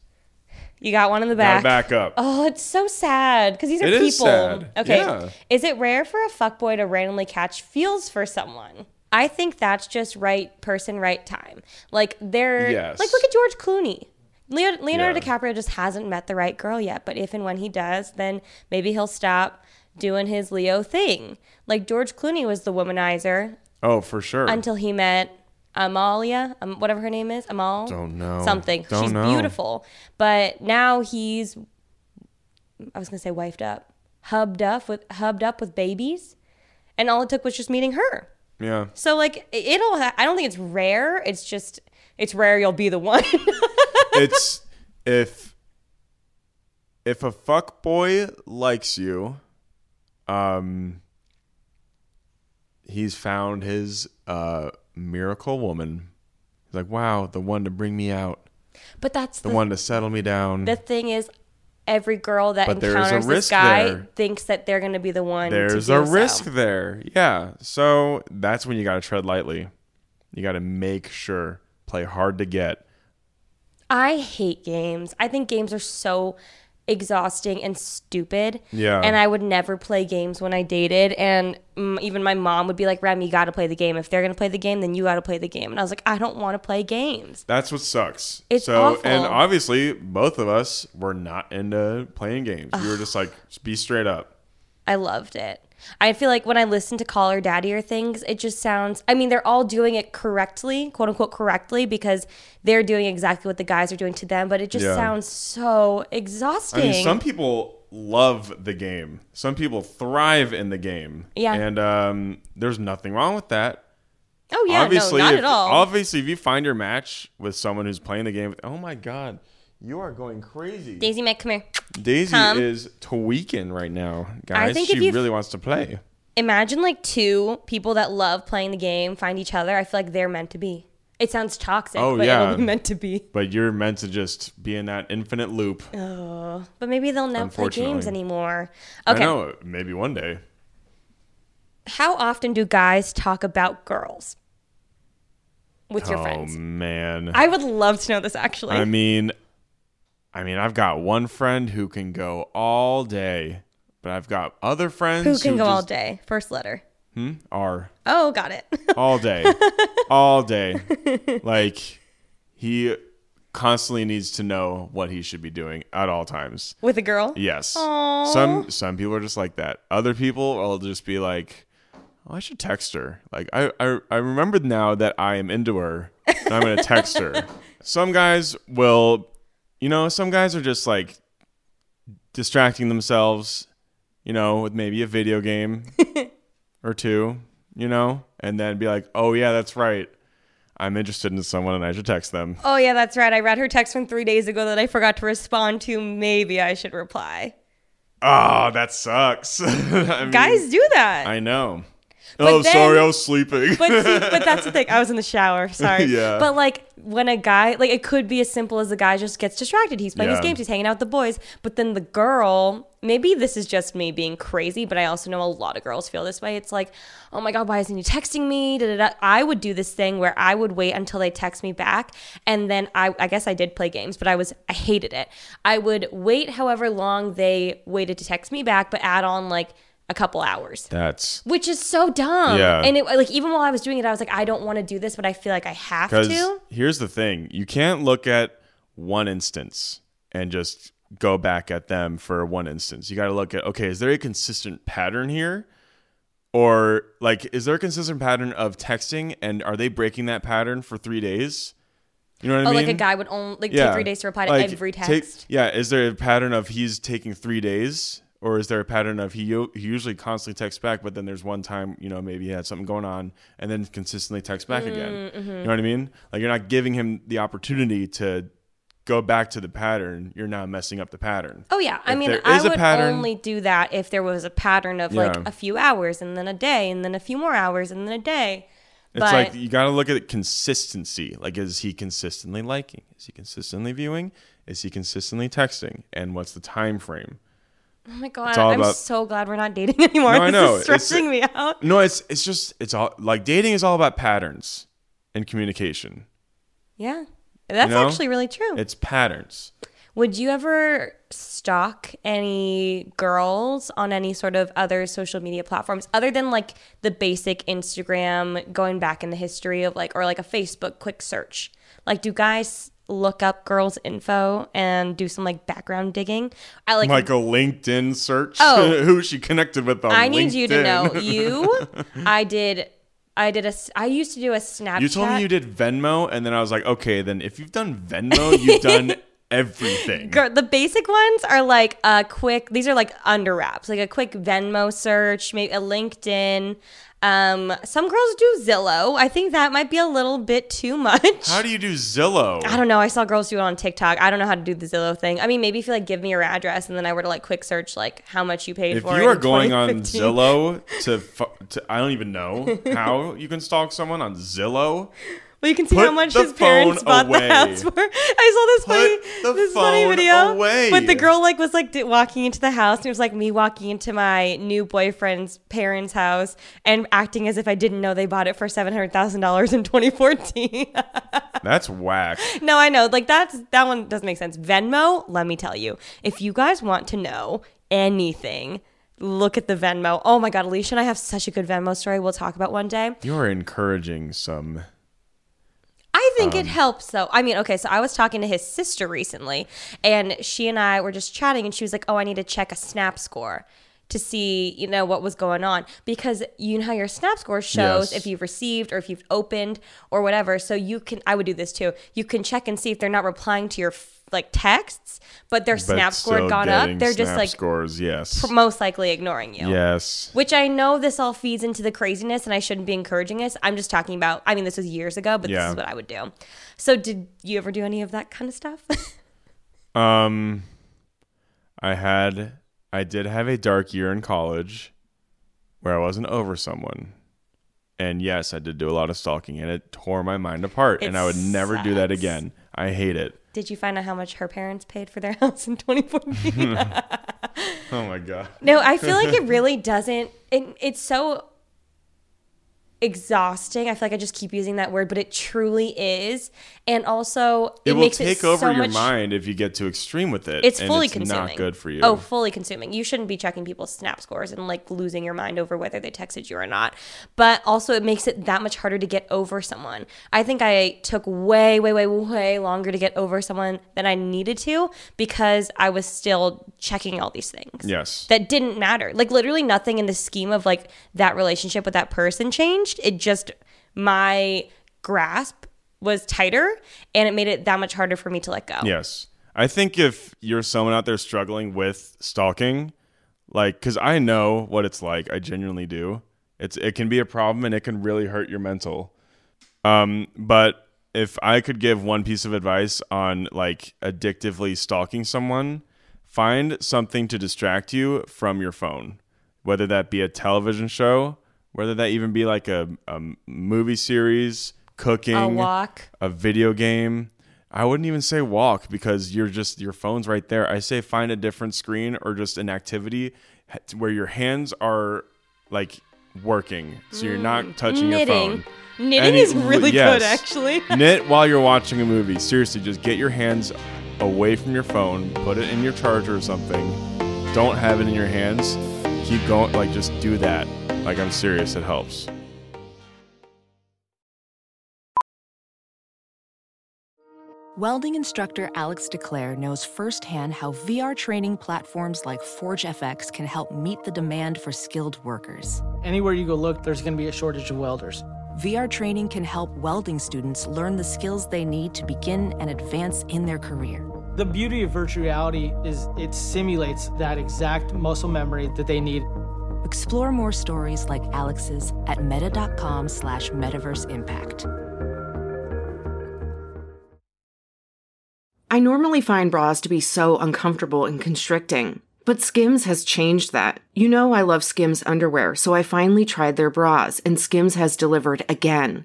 [SPEAKER 2] you got one in the
[SPEAKER 3] got
[SPEAKER 2] back.
[SPEAKER 3] a backup.
[SPEAKER 2] Oh, it's so sad because these are
[SPEAKER 3] It
[SPEAKER 2] people.
[SPEAKER 3] is sad.
[SPEAKER 2] Okay,
[SPEAKER 3] Yeah.
[SPEAKER 2] is it rare for a fuckboy to randomly catch feels for someone? I think that's just right person, right time. Like they're
[SPEAKER 3] Yes.
[SPEAKER 2] like look at George Clooney. Leo- Leonardo
[SPEAKER 3] Yeah.
[SPEAKER 2] DiCaprio just hasn't met the right girl yet, but if and when he does, then maybe he'll stop doing his Leo thing. Like George Clooney was the womanizer
[SPEAKER 3] Oh, for sure.
[SPEAKER 2] until he met Amalia, um, whatever her name is, Amal.
[SPEAKER 3] Don't know.
[SPEAKER 2] Something.
[SPEAKER 3] Don't
[SPEAKER 2] She's
[SPEAKER 3] know.
[SPEAKER 2] beautiful, but now he's. I was gonna say wifed up, hubbed up with hubbed up with babies, and all it took was just meeting her.
[SPEAKER 3] yeah.
[SPEAKER 2] So like it- it'll. Ha- I don't think it's rare. It's just it's rare you'll be the one.
[SPEAKER 3] It's if if a fuck boy likes you, um, he's found his uh, miracle woman. He's like, wow, the one to bring me out,
[SPEAKER 2] But that's
[SPEAKER 3] the one to settle me down.
[SPEAKER 2] The thing is, every girl that
[SPEAKER 3] But there's a
[SPEAKER 2] encounters this
[SPEAKER 3] risk
[SPEAKER 2] guy
[SPEAKER 3] there.
[SPEAKER 2] thinks that they're going to be the one. to
[SPEAKER 3] There's
[SPEAKER 2] do
[SPEAKER 3] a
[SPEAKER 2] so.
[SPEAKER 3] risk there. Yeah. So that's when you got to tread lightly. You got to make sure, play hard to get.
[SPEAKER 2] I hate games. I think games are so exhausting and stupid.
[SPEAKER 3] Yeah.
[SPEAKER 2] And I would never play games when I dated. And mm, even my mom would be like, "Ram, you got to play the game. If they're going to play the game, then you got to play the game." And I was like, "I don't want to play games."
[SPEAKER 3] That's what sucks.
[SPEAKER 2] It's
[SPEAKER 3] so,
[SPEAKER 2] awful.
[SPEAKER 3] and obviously, both of us were not into playing games. We were just like, just be straight up.
[SPEAKER 2] I loved it. I feel like when I listen to Call Her Daddy or things, it just sounds. I mean, they're all doing it correctly, quote unquote correctly, because they're doing exactly what the guys are doing to them. But it just
[SPEAKER 3] Yeah.
[SPEAKER 2] sounds so
[SPEAKER 3] I
[SPEAKER 2] exhausting.
[SPEAKER 3] mean, some people love the game. Some people thrive in the game.
[SPEAKER 2] Yeah.
[SPEAKER 3] And um, there's nothing wrong with that.
[SPEAKER 2] oh yeah,
[SPEAKER 3] obviously,
[SPEAKER 2] no, not
[SPEAKER 3] if,
[SPEAKER 2] at all.
[SPEAKER 3] Obviously, if you find your match with someone who's playing the game, oh my god, you are going crazy.
[SPEAKER 2] Daisy, Mac, come here.
[SPEAKER 3] Daisy
[SPEAKER 2] Come.
[SPEAKER 3] is tweaking right now, guys.
[SPEAKER 2] think if
[SPEAKER 3] she
[SPEAKER 2] you-
[SPEAKER 3] really wants to play.
[SPEAKER 2] Imagine like two people that love playing the game find each other. I feel like they're meant to be. It sounds toxic,
[SPEAKER 3] Oh,
[SPEAKER 2] but
[SPEAKER 3] yeah.
[SPEAKER 2] it'll be meant to be.
[SPEAKER 3] But you're meant to just be in that infinite loop.
[SPEAKER 2] But maybe they'll never play games
[SPEAKER 3] Unfortunately.
[SPEAKER 2] anymore.
[SPEAKER 3] I
[SPEAKER 2] Okay.
[SPEAKER 3] know, maybe one day.
[SPEAKER 2] How often do guys talk about girls with your friends?
[SPEAKER 3] Oh man.
[SPEAKER 2] I would love to know this actually.
[SPEAKER 3] I mean, I mean, I've got one friend who can go all day, but I've got other friends
[SPEAKER 2] Who can go all
[SPEAKER 3] just mm,
[SPEAKER 2] day? First letter.
[SPEAKER 3] Are
[SPEAKER 2] Oh, got it.
[SPEAKER 3] all day, all day. Like he constantly needs to know what he should be doing at all times.
[SPEAKER 2] with a girl?
[SPEAKER 3] Yes. Some some people are just like that. Other people will just be like, oh, I should text her. Like I, I I remember now that I am into her. And I'm gonna text her. Some guys will you know, some guys are just like distracting themselves, you know, with maybe a video game or two, you know, and then be like, Oh yeah, that's right. I'm interested in someone and I should text them.
[SPEAKER 2] Oh, yeah, that's right. I read her text from three days ago that I forgot to respond to. Maybe I should reply.
[SPEAKER 3] Oh, that sucks. I mean-
[SPEAKER 2] Guys do that.
[SPEAKER 3] I know.
[SPEAKER 2] But
[SPEAKER 3] oh,
[SPEAKER 2] then-
[SPEAKER 3] sorry, I was sleeping.
[SPEAKER 2] but see, but that's the thing. I was in the shower. Sorry.
[SPEAKER 3] Yeah.
[SPEAKER 2] But like when a guy, like it could be as simple as the guy just gets distracted. He's playing his
[SPEAKER 3] Yeah.
[SPEAKER 2] games. He's hanging out with the boys. But then the girl, maybe this is just me being crazy, but I also know a lot of girls feel this way. It's like, oh my god, why isn't he texting me? Da, da, da. I would do this thing where I would wait until they text me back, and then I, I guess I did play games, but I was I hated it. I would wait however long they waited to text me back, but add on like a couple hours
[SPEAKER 3] That's
[SPEAKER 2] which is so dumb.
[SPEAKER 3] Yeah.
[SPEAKER 2] And it, like even while I was doing it, I was like, I don't want to do this, but I feel like I have
[SPEAKER 3] because
[SPEAKER 2] to.
[SPEAKER 3] here's the thing you can't look at one instance and just go back at them for one instance. You got to look at, okay, is there a consistent pattern here? Or, like, is there a consistent pattern of texting and are they breaking that pattern for three days? You know what
[SPEAKER 2] oh,
[SPEAKER 3] I mean?
[SPEAKER 2] like a guy would only like take three days to reply to
[SPEAKER 3] Like,
[SPEAKER 2] every
[SPEAKER 3] take-
[SPEAKER 2] text.
[SPEAKER 3] yeah, is there a pattern of he's taking three days, or is there a pattern of he, u- he usually constantly texts back, but then there's one time you know maybe he had something going on, and then consistently texts
[SPEAKER 2] Mm,
[SPEAKER 3] back again.
[SPEAKER 2] mm-hmm.
[SPEAKER 3] You know what I mean? Like you're not giving him the opportunity to go back to the pattern. You're now messing up the pattern.
[SPEAKER 2] oh yeah. I
[SPEAKER 3] If
[SPEAKER 2] mean,
[SPEAKER 3] there
[SPEAKER 2] I
[SPEAKER 3] is a
[SPEAKER 2] would
[SPEAKER 3] pattern-
[SPEAKER 2] only do that if there was a pattern of
[SPEAKER 3] Yeah.
[SPEAKER 2] like a few hours and then a day and then a few more hours and then a day.
[SPEAKER 3] It's
[SPEAKER 2] but-
[SPEAKER 3] like you got to look at consistency. Like, is he consistently liking? Is he consistently viewing? Is he consistently texting? And what's the time frame?
[SPEAKER 2] Oh my god,
[SPEAKER 3] all
[SPEAKER 2] I'm
[SPEAKER 3] about-
[SPEAKER 2] so glad we're not dating anymore.
[SPEAKER 3] No, I
[SPEAKER 2] this
[SPEAKER 3] know.
[SPEAKER 2] is
[SPEAKER 3] It's-
[SPEAKER 2] stressing me out.
[SPEAKER 3] No, it's it's just it's all like dating is all about patterns and communication.
[SPEAKER 2] Yeah. That's
[SPEAKER 3] know?
[SPEAKER 2] actually really true.
[SPEAKER 3] It's patterns.
[SPEAKER 2] Would you ever stalk any girls on any sort of other social media platforms other than like the basic Instagram going back in the history of like or like a Facebook quick search? Like do guys look up girls info and do some like background digging? I like
[SPEAKER 3] Like a LinkedIn search.
[SPEAKER 2] Oh.
[SPEAKER 3] Who she connected with on
[SPEAKER 2] I need you to know
[SPEAKER 3] LinkedIn.
[SPEAKER 2] you I did I did a s- I used to do a Snapchat
[SPEAKER 3] You told me you did Venmo, and then I was like, okay, then if you've done Venmo, you've done everything.
[SPEAKER 2] Girl, the basic ones are like a quick. These are like under wraps, like a quick Venmo search, maybe a LinkedIn. Um, some girls do Zillow. I think that might be a little bit too much.
[SPEAKER 3] How do you do Zillow?
[SPEAKER 2] I don't know. I saw girls do it on TikTok. I don't know how to do the Zillow thing. I mean, maybe if you like give me your address and then I were to like quick search like how much you paid
[SPEAKER 3] if you
[SPEAKER 2] for. it
[SPEAKER 3] are
[SPEAKER 2] in
[SPEAKER 3] going on
[SPEAKER 2] 2015.
[SPEAKER 3] Zillow to, fu- to, I don't even know how you can stalk someone on Zillow.
[SPEAKER 2] well, you can see
[SPEAKER 3] put
[SPEAKER 2] how much
[SPEAKER 3] the
[SPEAKER 2] his parents
[SPEAKER 3] phone
[SPEAKER 2] bought
[SPEAKER 3] away.
[SPEAKER 2] the house for. I saw this
[SPEAKER 3] Put
[SPEAKER 2] funny,
[SPEAKER 3] the
[SPEAKER 2] this funny
[SPEAKER 3] phone
[SPEAKER 2] video.
[SPEAKER 3] away.
[SPEAKER 2] But the girl like was like di- walking into the house and it was like me walking into my new boyfriend's parents' house and acting as if I didn't know they bought it for seven hundred thousand dollars in twenty fourteen.
[SPEAKER 3] That's whack.
[SPEAKER 2] No, I know. Like that's that one doesn't make sense. Venmo, let me tell you. If you guys want to know anything, look at the Venmo. Oh my god, Alicia and I have such a good Venmo story we'll talk about one day.
[SPEAKER 3] You're encouraging some.
[SPEAKER 2] I think
[SPEAKER 3] Um,
[SPEAKER 2] it helps though. I mean, okay, so I was talking to his sister recently and she and I were just chatting and she was like, "Oh, I need to check a snap score." To see, you know, what was going on because you know how your snap score shows
[SPEAKER 3] Yes.
[SPEAKER 2] if you've received or if you've opened or whatever. So you can, I would do this too. You can check and see if they're not replying to your f- like texts, but their
[SPEAKER 3] but
[SPEAKER 2] snap score
[SPEAKER 3] still
[SPEAKER 2] had gone up.
[SPEAKER 3] getting
[SPEAKER 2] They're just
[SPEAKER 3] snap
[SPEAKER 2] like
[SPEAKER 3] scores. Yes.
[SPEAKER 2] most likely ignoring you.
[SPEAKER 3] yes.
[SPEAKER 2] Which I know this all feeds into the craziness and I shouldn't be encouraging this. I'm just talking about, I mean, this was years ago, but this
[SPEAKER 3] Yeah.
[SPEAKER 2] is what I would do. So, did you ever do any of that kind of stuff?
[SPEAKER 3] Um, I had, I did have a dark year in college where I wasn't over someone. And yes, I did do a lot of stalking and it tore my mind apart.
[SPEAKER 2] It
[SPEAKER 3] and I would never do that
[SPEAKER 2] sucks.
[SPEAKER 3] again. I hate it.
[SPEAKER 2] did you find out how much her parents paid for their house in 2014?
[SPEAKER 3] Oh my God.
[SPEAKER 2] no, I feel like it really doesn't, it, it's so exhausting. I feel like I just keep using that word, but it truly is. And also, it,
[SPEAKER 3] It, will
[SPEAKER 2] makes
[SPEAKER 3] take
[SPEAKER 2] it
[SPEAKER 3] over
[SPEAKER 2] so
[SPEAKER 3] your
[SPEAKER 2] much,
[SPEAKER 3] mind if you get too extreme with it.
[SPEAKER 2] It's
[SPEAKER 3] and
[SPEAKER 2] fully
[SPEAKER 3] it's
[SPEAKER 2] consuming.
[SPEAKER 3] not good for you.
[SPEAKER 2] Oh, fully consuming. You shouldn't be checking people's snap scores and like losing your mind over whether they texted you or not. But also, it makes it that much harder to get over someone. I think I took way, way, way, way longer to get over someone than I needed to because I was still checking all these things
[SPEAKER 3] yes.
[SPEAKER 2] that didn't matter. Like literally nothing in the scheme of like that relationship with that person changed. It just my grasp was tighter and it made it that much harder for me to let go.
[SPEAKER 3] Yes. I think if you're someone out there struggling with stalking, like cuz I know what it's like, I genuinely do. It's it can be a problem and it can really hurt your mental. Um but if I could give one piece of advice on like addictively stalking someone, find something to distract you from your phone. Whether that be a television show, whether that even be like a, a movie series, cooking,
[SPEAKER 2] A walk.
[SPEAKER 3] a video game. I wouldn't even say walk because you're just your phone's right there. I say find a different screen or just an activity h- where your hands are like working, so you're not touching your
[SPEAKER 2] Mm. knitting.
[SPEAKER 3] phone.
[SPEAKER 2] Knitting
[SPEAKER 3] Any-
[SPEAKER 2] is really good,
[SPEAKER 3] yes.
[SPEAKER 2] actually.
[SPEAKER 3] Knit while you're watching a movie. Seriously, just get your hands away from your phone, put it in your charger or something. Don't have it in your hands. Keep going, like just do that. Like I'm serious, it helps.
[SPEAKER 6] Welding instructor Alex DeClaire knows firsthand how VR training platforms like ForgeFX can help meet the demand for skilled workers.
[SPEAKER 7] Anywhere you go look, there's going to be a shortage of welders.
[SPEAKER 6] VR training can help welding students learn the skills they need to begin and advance in their career.
[SPEAKER 7] The beauty of virtual reality is it simulates that exact muscle memory that they need.
[SPEAKER 6] Explore more stories like Alex's at meta.com slash metaverse impact.
[SPEAKER 8] I normally find bras to be so uncomfortable and constricting, but Skims has changed that. You know, I love Skims underwear, so I finally tried their bras, and Skims has delivered again.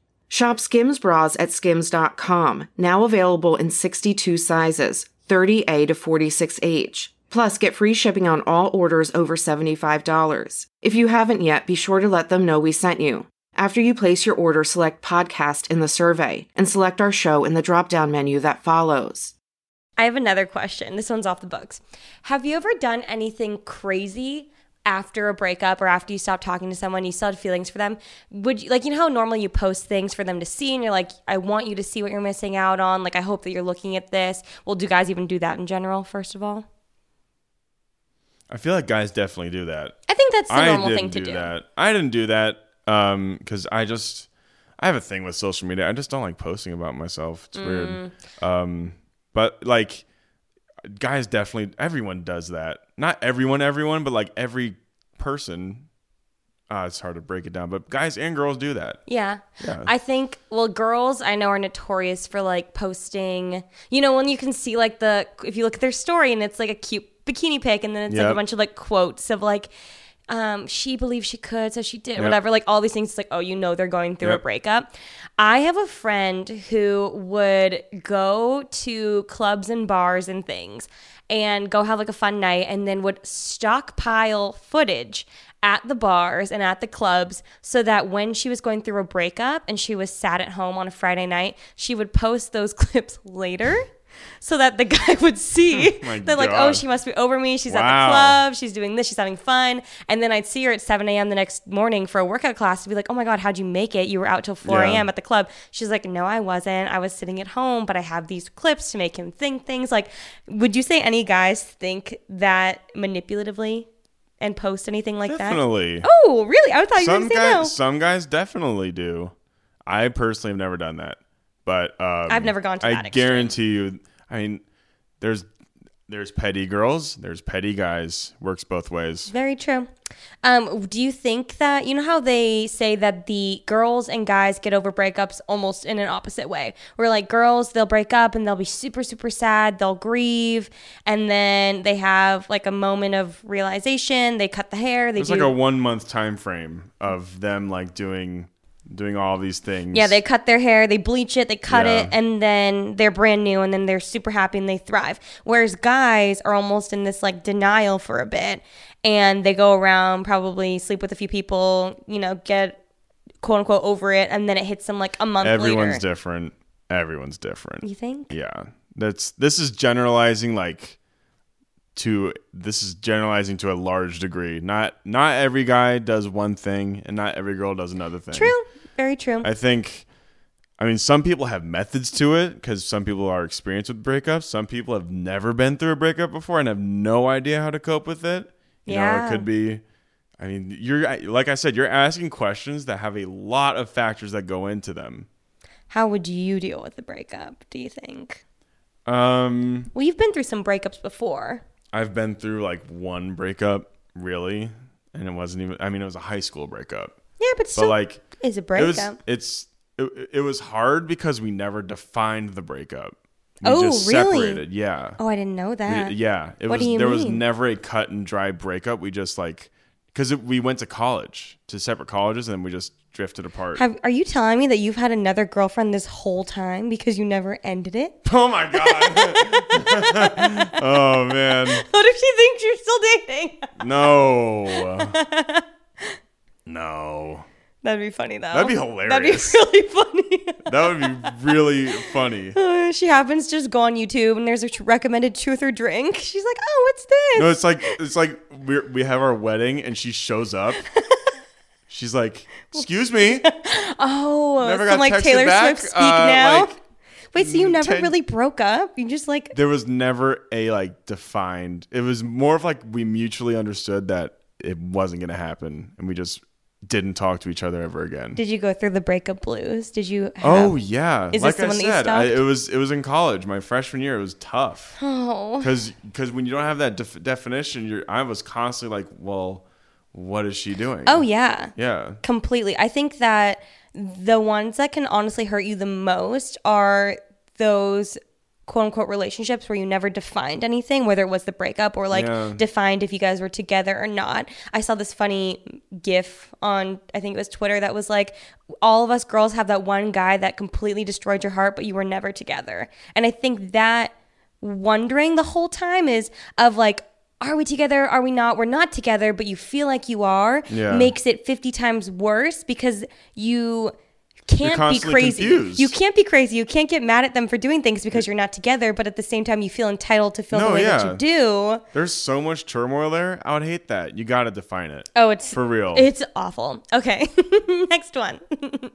[SPEAKER 8] Shop Skims bras at skims.com, now available in 62 sizes, 30A to 46H. Plus, get free shipping on all orders over $75. If you haven't yet, be sure to let them know we sent you. After you place your order, select podcast in the survey and select our show in the drop down menu that follows.
[SPEAKER 2] I have another question. This one's off the books. Have you ever done anything crazy after a breakup or after you stopped talking to someone? You still had feelings for them. Would you like you know how normally you post things for them to see, and you're like, I want you to see what you're missing out on. Like I hope that you're looking at this. Well, do guys even do that in general? First of all,
[SPEAKER 3] I feel like guys definitely do that.
[SPEAKER 2] I think that's the
[SPEAKER 3] I
[SPEAKER 2] normal
[SPEAKER 3] didn't
[SPEAKER 2] thing to do.
[SPEAKER 3] That. I didn't do that because I just I have a thing with social media. I just don't like posting about myself. It's weird.
[SPEAKER 2] Mm.
[SPEAKER 3] Um, but like guys definitely everyone does that. Not everyone, everyone, but like every person. Uh, it's hard to break it down, but guys and girls do that.
[SPEAKER 2] Yeah.
[SPEAKER 3] Yeah.
[SPEAKER 2] I think, well, girls I know are notorious for like posting, you know, when you can see like the, if you look at their story and it's like a cute bikini pic and then it's like a
[SPEAKER 3] Yep.
[SPEAKER 2] bunch of like quotes of like, um, she believed she could, so she did,
[SPEAKER 3] Yep.
[SPEAKER 2] whatever. Like all these things, it's like, oh, you know, they're going through a
[SPEAKER 3] Yep.
[SPEAKER 2] breakup. I have a friend who would go to clubs and bars and things and go have like a fun night and then would stockpile footage at the bars and at the clubs so that when she was going through a breakup and she was sat at home on a Friday night, she would post those clips later. So that the guy would see
[SPEAKER 3] my
[SPEAKER 2] that, like, oh,
[SPEAKER 3] God.
[SPEAKER 2] she must be over me. She's at
[SPEAKER 3] Wow.
[SPEAKER 2] the club. She's doing this. She's having fun. And then I'd see her at 7 a.m. the next morning for a workout class to be like, oh my God, how'd you make it? You were out till 4
[SPEAKER 3] Yeah.
[SPEAKER 2] a.m. at the club. She's like, no, I wasn't. I was sitting at home, but I have these clips to make him think things. Like, would you say any guys think that manipulatively and post anything like
[SPEAKER 3] Definitely.
[SPEAKER 2] that? Oh, really? I thought you were
[SPEAKER 3] some
[SPEAKER 2] going to say
[SPEAKER 3] guys,
[SPEAKER 2] no.
[SPEAKER 3] some guys definitely do. I personally have never done that, but um,
[SPEAKER 2] I've never gone to
[SPEAKER 3] I
[SPEAKER 2] that extreme.
[SPEAKER 3] guarantee you. I mean, there's there's petty girls, there's petty guys. Works both ways.
[SPEAKER 2] Very true. Um, do you think that you know how they say that the girls and guys get over breakups almost in an opposite way? Where like girls, they'll break up and they'll be super super sad, they'll grieve, and then they have like a moment of realization. They cut the hair. They
[SPEAKER 3] There's
[SPEAKER 2] do.
[SPEAKER 3] like a one month time frame of them like doing doing all these things.
[SPEAKER 2] yeah, they cut their hair, they bleach it, they cut
[SPEAKER 3] Yeah.
[SPEAKER 2] it, and then they're brand new, and then they're super happy and they thrive. Whereas guys are almost in this like denial for a bit, and they go around, probably sleep with a few people, you know, get quote unquote over it, and then it hits them like a month
[SPEAKER 3] everyone's
[SPEAKER 2] later.
[SPEAKER 3] different. Everyone's different.
[SPEAKER 2] You think?
[SPEAKER 3] Yeah, that's this is generalizing like to this is generalizing to a large degree. Not not every guy does one thing, and not every girl does another thing.
[SPEAKER 2] True. Very true.
[SPEAKER 3] I think, I mean, some people have methods to it because some people are experienced with breakups. Some people have never been through a breakup before and have no idea how to cope with it. You know,
[SPEAKER 2] Yeah.
[SPEAKER 3] it could be. I mean, you're like I said, you're asking questions that have a lot of factors that go into them.
[SPEAKER 2] How would you deal with the breakup, do you think?
[SPEAKER 3] Um,
[SPEAKER 2] Well, you've been through some breakups before.
[SPEAKER 3] I've been through like one breakup, really, and it wasn't even. I mean, it was a high school breakup.
[SPEAKER 2] Yeah, but
[SPEAKER 3] but
[SPEAKER 2] still
[SPEAKER 3] like
[SPEAKER 2] is a
[SPEAKER 3] it was
[SPEAKER 2] breakup.
[SPEAKER 3] it's it, it was hard because we never defined the breakup. We
[SPEAKER 2] Oh,
[SPEAKER 3] just
[SPEAKER 2] really?
[SPEAKER 3] separated. Yeah.
[SPEAKER 2] oh, I didn't know that.
[SPEAKER 3] We- yeah. It
[SPEAKER 2] What
[SPEAKER 3] was
[SPEAKER 2] do you
[SPEAKER 3] there
[SPEAKER 2] mean?
[SPEAKER 3] was never a cut and dry breakup. We just like cuz we went to college, to separate colleges and then we just drifted apart.
[SPEAKER 2] Have, are you telling me that you've had another girlfriend this whole time because you never ended it?
[SPEAKER 3] oh my god. oh man.
[SPEAKER 2] What if she thinks you're still dating?
[SPEAKER 3] No. No.
[SPEAKER 2] That'd be funny though.
[SPEAKER 3] That'd be hilarious.
[SPEAKER 2] That'd be really funny.
[SPEAKER 3] That would be really funny.
[SPEAKER 2] Uh, she happens to just go on YouTube and there's a tr- recommended truth or drink. She's like, oh, what's this?
[SPEAKER 3] No, it's like it's like we are we have our wedding and she shows up. She's like, "Excuse me."
[SPEAKER 2] oh,
[SPEAKER 3] never
[SPEAKER 2] some
[SPEAKER 3] got
[SPEAKER 2] like
[SPEAKER 3] texted
[SPEAKER 2] Taylor
[SPEAKER 3] back,
[SPEAKER 2] Swift speak
[SPEAKER 3] uh,
[SPEAKER 2] now.
[SPEAKER 3] like, mm,
[SPEAKER 2] Wait, so you never
[SPEAKER 3] ten-
[SPEAKER 2] really broke up? You just like
[SPEAKER 3] There was never a like defined. It was more of like we mutually understood that it wasn't going to happen and we just didn't talk to each other ever again.
[SPEAKER 2] did you go through the breakup blues? Did you? Have,
[SPEAKER 3] Oh yeah,
[SPEAKER 2] Is this
[SPEAKER 3] like
[SPEAKER 2] the one
[SPEAKER 3] I
[SPEAKER 2] that you
[SPEAKER 3] said, I,
[SPEAKER 2] stalked?
[SPEAKER 3] it was it was in college, my freshman year. It was tough
[SPEAKER 2] Oh.
[SPEAKER 3] because when you don't have that def- definition, you're I was constantly like, well, what is she doing?
[SPEAKER 2] Oh yeah.
[SPEAKER 3] yeah,
[SPEAKER 2] Completely. I think that the ones that can honestly hurt you the most are those quote unquote relationships where you never defined anything, whether it was the breakup or like
[SPEAKER 3] Yeah.
[SPEAKER 2] defined if you guys were together or not. I saw this funny gif on, I think it was Twitter, that was like, all of us girls have that one guy that completely destroyed your heart, but you were never together. And I think that wondering the whole time is of like, are we together? Are we not? We're not together, but you feel like you are
[SPEAKER 3] Yeah.
[SPEAKER 2] makes it 50 times worse because you can't be
[SPEAKER 3] constantly
[SPEAKER 2] crazy.
[SPEAKER 3] confused.
[SPEAKER 2] You can't be crazy. You can't get mad at them for doing things because you're not together, but at the same time you feel entitled to feel
[SPEAKER 3] No,
[SPEAKER 2] the way
[SPEAKER 3] yeah.
[SPEAKER 2] that you do.
[SPEAKER 3] There's so much turmoil there. I would hate that. You got to define it.
[SPEAKER 2] Oh, it's
[SPEAKER 3] for real.
[SPEAKER 2] It's awful. Okay. Next one.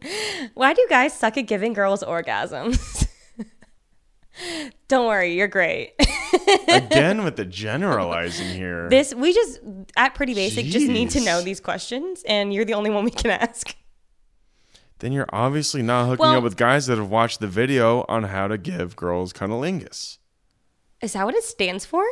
[SPEAKER 2] Why do you guys suck at giving girls orgasms? Don't worry, you're great.
[SPEAKER 3] again with the generalizing here.
[SPEAKER 2] This we just at pretty basic just need to
[SPEAKER 3] Jeez.
[SPEAKER 2] know these questions and you're the only one we can ask.
[SPEAKER 3] then you're obviously not hooking
[SPEAKER 2] Well-
[SPEAKER 3] up with guys that have watched the video on how to give girls cunnilingus.
[SPEAKER 2] Is that what it stands for?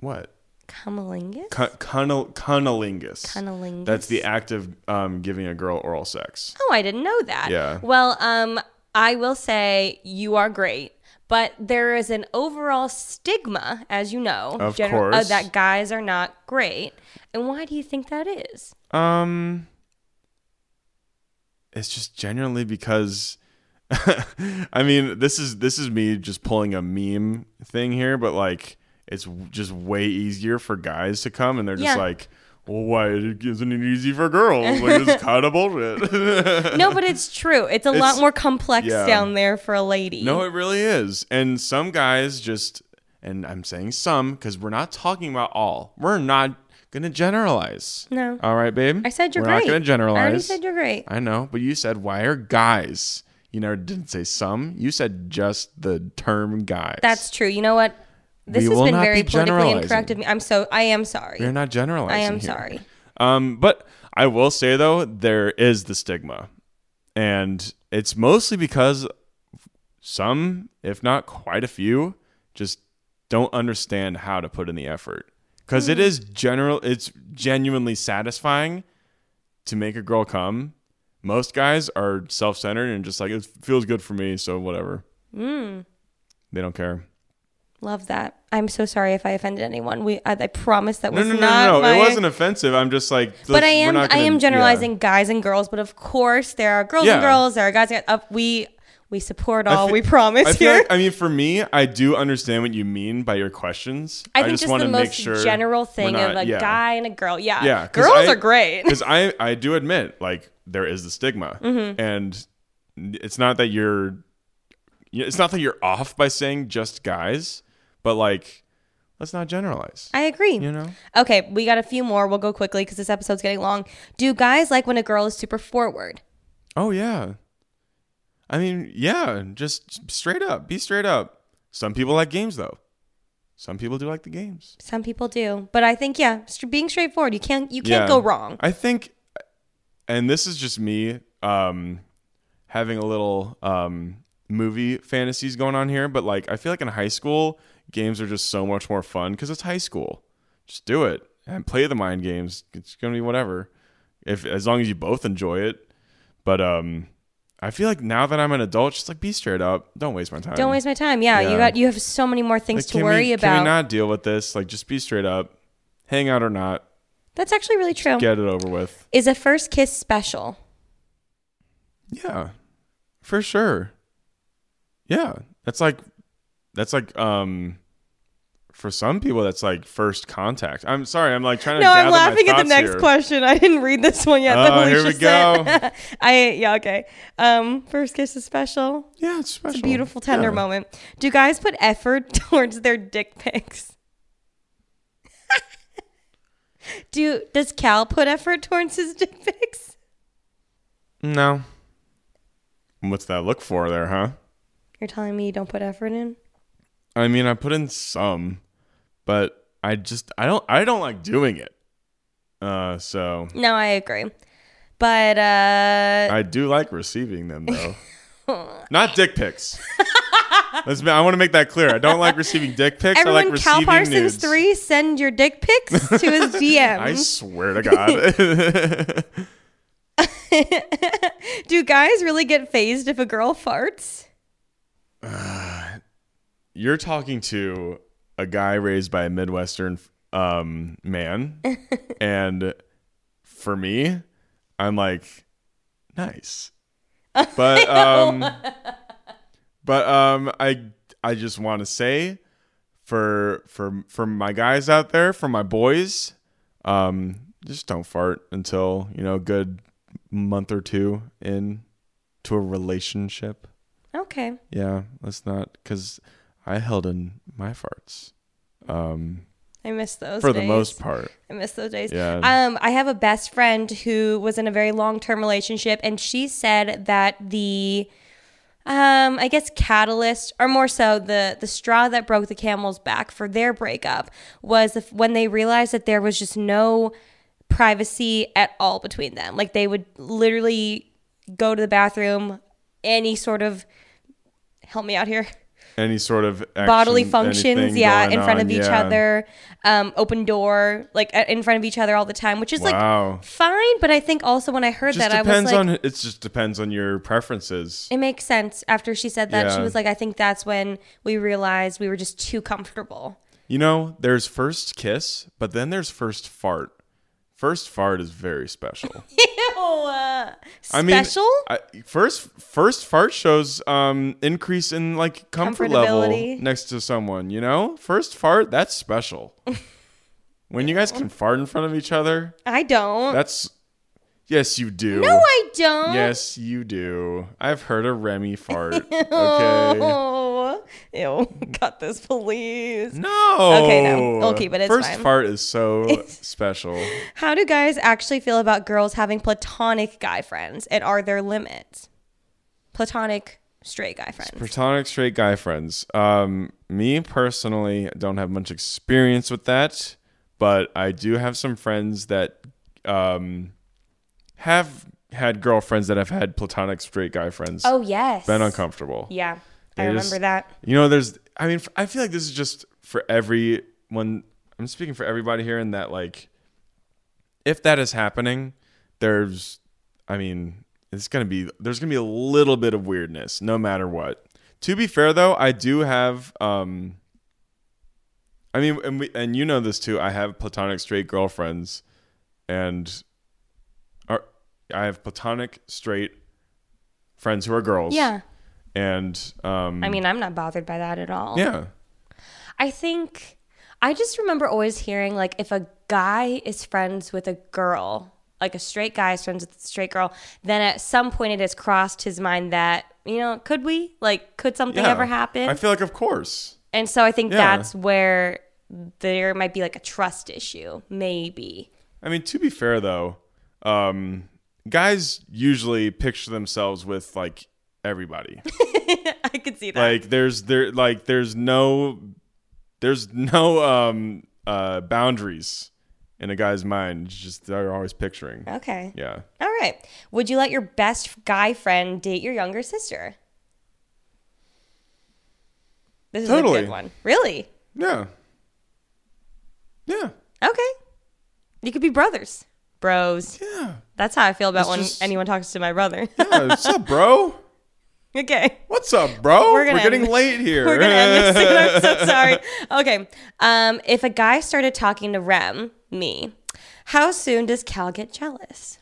[SPEAKER 3] What?
[SPEAKER 2] Cunnilingus?
[SPEAKER 3] Cu- cunnil- cunnilingus.
[SPEAKER 2] Cunnilingus.
[SPEAKER 3] That's the act of um, giving a girl oral sex.
[SPEAKER 2] Oh, I didn't know that.
[SPEAKER 3] Yeah.
[SPEAKER 2] Well, um, I will say you are great, but there is an overall stigma, as you know,
[SPEAKER 3] Of
[SPEAKER 2] gener- uh,
[SPEAKER 3] course.
[SPEAKER 2] that guys are not great. And why do you think that is?
[SPEAKER 3] Um, it's just generally because, I mean, this is this is me just pulling a meme thing here, but like it's w- just way easier for guys to come, and they're just
[SPEAKER 2] Yeah.
[SPEAKER 3] like, well, why isn't it easy for girls? Like, it's kind of bullshit.
[SPEAKER 2] No, but it's true. It's a
[SPEAKER 3] It's-
[SPEAKER 2] lot more complex
[SPEAKER 3] yeah.
[SPEAKER 2] down there for a lady.
[SPEAKER 3] No, it really is. And some guys just, and I'm saying some because we're not talking about all. We're not going to generalize.
[SPEAKER 2] No.
[SPEAKER 3] All right, babe?
[SPEAKER 2] I said you're
[SPEAKER 3] we're
[SPEAKER 2] great.
[SPEAKER 3] not going to generalize.
[SPEAKER 2] I already said you're great.
[SPEAKER 3] I know, but you said, why are guys? You never didn't say some. You said just the term guys.
[SPEAKER 2] That's true. You know what? This
[SPEAKER 3] We
[SPEAKER 2] has
[SPEAKER 3] will
[SPEAKER 2] been
[SPEAKER 3] not
[SPEAKER 2] very
[SPEAKER 3] be
[SPEAKER 2] politically
[SPEAKER 3] generalizing.
[SPEAKER 2] incorrect of me. I'm so I am sorry.
[SPEAKER 3] We're not generalizing.
[SPEAKER 2] I am
[SPEAKER 3] here.
[SPEAKER 2] sorry.
[SPEAKER 3] Um, but I will say though, there is the stigma, and it's mostly because some, if not quite a few, just don't understand how to put in the effort. Because
[SPEAKER 2] Hmm.
[SPEAKER 3] it is general, it's genuinely satisfying to make a girl come. Most guys are self-centered and just like it feels good for me, so whatever.
[SPEAKER 2] Mm,
[SPEAKER 3] They don't care.
[SPEAKER 2] love that. I'm so sorry if I offended anyone. We I, I promise that
[SPEAKER 3] No,
[SPEAKER 2] was
[SPEAKER 3] no, no,
[SPEAKER 2] not
[SPEAKER 3] no, no.
[SPEAKER 2] my-
[SPEAKER 3] It wasn't offensive. I'm just like,
[SPEAKER 2] but I
[SPEAKER 3] we're
[SPEAKER 2] am
[SPEAKER 3] not gonna-
[SPEAKER 2] I am
[SPEAKER 3] yeah.
[SPEAKER 2] generalizing guys and girls, but of course there are girls and
[SPEAKER 3] Yeah.
[SPEAKER 2] girls, there are guys and uh, we we support
[SPEAKER 3] I
[SPEAKER 2] all,
[SPEAKER 3] fe-
[SPEAKER 2] we promise
[SPEAKER 3] I feel
[SPEAKER 2] here.
[SPEAKER 3] like- I mean, for me, I do understand what you mean by your questions.
[SPEAKER 2] I think
[SPEAKER 3] just
[SPEAKER 2] just,
[SPEAKER 3] want
[SPEAKER 2] the
[SPEAKER 3] to make
[SPEAKER 2] most
[SPEAKER 3] sure
[SPEAKER 2] general
[SPEAKER 3] we're
[SPEAKER 2] thing
[SPEAKER 3] not-
[SPEAKER 2] of a
[SPEAKER 3] yeah.
[SPEAKER 2] guy and a girl. Yeah.
[SPEAKER 3] Yeah,
[SPEAKER 2] Girls are great.
[SPEAKER 3] Because I, I do admit, like, there is the stigma,
[SPEAKER 2] Mhm.
[SPEAKER 3] and it's not that you're, yeah, it's not that you're off by saying just guys, but like, let's not generalize.
[SPEAKER 2] I agree.
[SPEAKER 3] You know,
[SPEAKER 2] Okay, we got a few more. We'll go quickly because this episode's getting long. Do guys like when a girl is super forward?
[SPEAKER 3] Oh yeah. I mean, yeah, just straight up. Be straight up. Some people like games though. Some people do like the games.
[SPEAKER 2] Some people do, but I think yeah, str- being straightforward, you can't you can't
[SPEAKER 3] Yeah.
[SPEAKER 2] go wrong.
[SPEAKER 3] I think and this is just me um having a little um movie fantasies going on here, but like I feel like in high school games are just so much more fun cuz it's high school. Just do it and play the mind games. It's going to be whatever. If as long as you both enjoy it. But um I feel like now that I'm an adult, just like be straight up. Don't waste my time.
[SPEAKER 2] Don't waste my time. Yeah, you
[SPEAKER 3] Yeah.
[SPEAKER 2] got you have so many more things
[SPEAKER 3] Like,
[SPEAKER 2] to
[SPEAKER 3] can
[SPEAKER 2] worry
[SPEAKER 3] we,
[SPEAKER 2] about.
[SPEAKER 3] Can we not deal with this? Like just be straight up. Hang out or not.
[SPEAKER 2] That's actually really true.
[SPEAKER 3] Get it over with.
[SPEAKER 2] Is a first kiss special?
[SPEAKER 3] Yeah, for sure. Yeah, that's like that's like um for some people that's like first contact. I'm sorry, I'm like trying to.
[SPEAKER 2] No, I'm
[SPEAKER 3] Uh, gather my
[SPEAKER 2] laughing at the
[SPEAKER 3] thoughts
[SPEAKER 2] next
[SPEAKER 3] here.
[SPEAKER 2] question. I didn't read this one yet. that
[SPEAKER 3] Oh, here
[SPEAKER 2] Alicia
[SPEAKER 3] we
[SPEAKER 2] sent. I yeah okay. Um, first kiss is special.
[SPEAKER 3] Yeah, it's special.
[SPEAKER 2] It's a beautiful tender
[SPEAKER 3] Yeah.
[SPEAKER 2] moment. Do guys put effort towards their dick pics? Do does Cal put effort towards his dick pics?
[SPEAKER 3] No. What's that look for there, huh?
[SPEAKER 2] You're telling me you don't put effort in?
[SPEAKER 3] I mean, I put in some, but I just I don't I don't like doing it. Uh, so
[SPEAKER 2] No, I agree. But uh
[SPEAKER 3] I do like receiving them though. Not dick pics. Let's, I want to make that clear. I don't like receiving dick pics. I
[SPEAKER 2] everyone
[SPEAKER 3] like receiving
[SPEAKER 2] Cal Parsons
[SPEAKER 3] nudes.
[SPEAKER 2] 3 send your dick pics to his
[SPEAKER 3] I
[SPEAKER 2] DMs.
[SPEAKER 3] swear to God.
[SPEAKER 2] Do guys really get phased if a girl farts?
[SPEAKER 3] You're talking to a guy raised by a Midwestern um, man. and for me, I'm like, nice. But um, but um, I I just want to say for for for my guys out there, for my boys, um, just don't fart until you know a good month or two in to a relationship.
[SPEAKER 2] Okay.
[SPEAKER 3] Yeah, let's not because I held in my farts. Um,
[SPEAKER 2] I miss those
[SPEAKER 3] for the
[SPEAKER 2] days.
[SPEAKER 3] most part.
[SPEAKER 2] I miss those days.
[SPEAKER 3] Yeah.
[SPEAKER 2] Um, I have a best friend who was in a very long term relationship, and she said that the, um, I guess catalyst, or more so the the straw that broke the camel's back for their breakup was if, when they realized that there was just no privacy at all between them. Like they would literally go to the bathroom, any sort of, help me out here
[SPEAKER 3] Any sort of action,
[SPEAKER 2] bodily functions
[SPEAKER 3] anything
[SPEAKER 2] yeah
[SPEAKER 3] going
[SPEAKER 2] in front
[SPEAKER 3] on,
[SPEAKER 2] of each
[SPEAKER 3] yeah.
[SPEAKER 2] other um open door like uh, in front of each other all the time which is
[SPEAKER 3] Wow.
[SPEAKER 2] like fine but i think also when i heard
[SPEAKER 3] Just
[SPEAKER 2] that
[SPEAKER 3] depends
[SPEAKER 2] i was
[SPEAKER 3] on
[SPEAKER 2] like
[SPEAKER 3] it. Just depends on your preferences.
[SPEAKER 2] it makes sense after she said that she
[SPEAKER 3] Yeah.
[SPEAKER 2] was like i think that's when we realized we were just too comfortable
[SPEAKER 3] You know, there's first kiss, but then there's first fart. First fart is very special.
[SPEAKER 2] oh
[SPEAKER 3] I mean,
[SPEAKER 2] special
[SPEAKER 3] I, first first fart shows um increase in like comfort level
[SPEAKER 2] Comfortability.
[SPEAKER 3] next to someone. You know, first fart that's special. when you guys can fart in front of each other,
[SPEAKER 2] i don't
[SPEAKER 3] that's yes you do.
[SPEAKER 2] Oh. no i don't
[SPEAKER 3] Yes, you do. I've heard a Remy fart. Okay.
[SPEAKER 2] Oh, ew. Cut this, please.
[SPEAKER 3] No.
[SPEAKER 2] Okay, no. We'll keep it. It's
[SPEAKER 3] First
[SPEAKER 2] fine.
[SPEAKER 3] fart is so special.
[SPEAKER 2] How do guys actually feel about girls having platonic guy friends, and are there limits? Platonic straight guy friends.
[SPEAKER 3] Platonic straight guy friends. Um, me personally don't have much experience with that, but I do have some friends that um, have had girlfriends that have had platonic straight guy friends.
[SPEAKER 2] Oh yes.
[SPEAKER 3] Been uncomfortable.
[SPEAKER 2] Yeah,
[SPEAKER 3] They
[SPEAKER 2] I remember
[SPEAKER 3] just-
[SPEAKER 2] that.
[SPEAKER 3] You know, there's. I mean, f- I feel like this is just for everyone. I'm speaking for everybody here in that, like, if that is happening, there's. I mean, it's gonna be. There's gonna be a little bit of weirdness, no matter what. To be fair, though, I do have. um I mean, and we, and you know this too. I have platonic straight girlfriends, and, are I have platonic straight friends who are girls.
[SPEAKER 2] Yeah.
[SPEAKER 3] And um,
[SPEAKER 2] I mean, I'm not bothered by that at all.
[SPEAKER 3] yeah.
[SPEAKER 2] I think I just remember always hearing like if a guy is friends with a girl, like a straight guy is friends with a straight girl, then at some point it has crossed his mind that you know could we like could something
[SPEAKER 3] Yeah.
[SPEAKER 2] ever happen?
[SPEAKER 3] I feel like, of course.
[SPEAKER 2] And so I think
[SPEAKER 3] Yeah.
[SPEAKER 2] that's where there might be like a trust issue, maybe.
[SPEAKER 3] I mean, to be fair though, um, guys usually picture themselves with like everybody.
[SPEAKER 2] I could see that.
[SPEAKER 3] like there's there like there's no there's no um uh boundaries in a guy's mind. It's just they're always picturing.
[SPEAKER 2] okay.
[SPEAKER 3] Yeah.
[SPEAKER 2] All right. Would you let your best guy friend date your younger sister? This is a
[SPEAKER 3] Totally.
[SPEAKER 2] good one. Really?
[SPEAKER 3] Yeah. Yeah.
[SPEAKER 2] Okay. You could be brothers. Bros.
[SPEAKER 3] Yeah.
[SPEAKER 2] That's how I feel about
[SPEAKER 3] It's
[SPEAKER 2] when
[SPEAKER 3] just-
[SPEAKER 2] anyone talks to my brother.
[SPEAKER 3] Yeah, What's up, bro?
[SPEAKER 2] okay.
[SPEAKER 3] What's up, bro?
[SPEAKER 2] We're gonna
[SPEAKER 3] getting
[SPEAKER 2] end-
[SPEAKER 3] late here.
[SPEAKER 2] We're gonna end this soon. I'm so sorry. Okay. Um, if a guy started talking to Rem, me, how soon does Cal get jealous?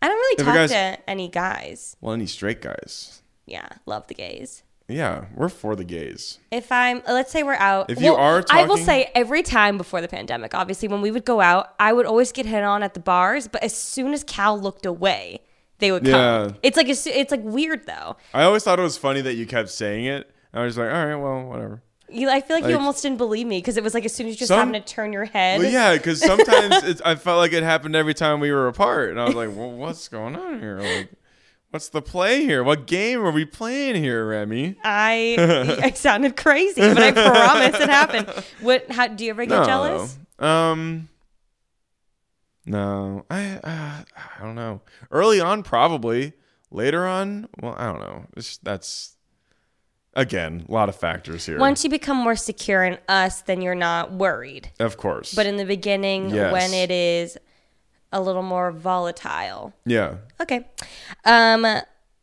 [SPEAKER 2] I don't really
[SPEAKER 3] If a
[SPEAKER 2] talk
[SPEAKER 3] guy's-
[SPEAKER 2] to any guys.
[SPEAKER 3] well, any straight guys.
[SPEAKER 2] Yeah, love the gays.
[SPEAKER 3] Yeah, we're for the gays.
[SPEAKER 2] If I'm, let's say we're out.
[SPEAKER 3] If you are
[SPEAKER 2] I will
[SPEAKER 3] talking-
[SPEAKER 2] say every time before the pandemic, obviously, when we would go out, I would always get hit on at the bars. But as soon as Cal looked away, they would come.
[SPEAKER 3] Yeah.
[SPEAKER 2] It's like it's, it's like weird though.
[SPEAKER 3] I always thought it was funny that you kept saying it. I was like, all right, well, whatever.
[SPEAKER 2] You, I feel like, you
[SPEAKER 3] Like-
[SPEAKER 2] almost didn't believe me because it was like as soon as you just
[SPEAKER 3] Some-
[SPEAKER 2] happened to turn your head.
[SPEAKER 3] Well, yeah, because sometimes it's, I felt like it happened every time we were apart, and I was like, well, what's going on here? Like, what's the play here? What game are we playing here, Remy?
[SPEAKER 2] I I sounded crazy, but I promise it happened. What? How do you ever get jealous?
[SPEAKER 3] Um. No, I uh, I don't know. Early on, probably. Later on, well, I don't know. It's, that's again a lot of factors here.
[SPEAKER 2] Once you become more secure in us, then you're not worried.
[SPEAKER 3] of course,
[SPEAKER 2] But in the beginning,
[SPEAKER 3] Yes.
[SPEAKER 2] when it is a little more volatile,
[SPEAKER 3] yeah.
[SPEAKER 2] okay. Um,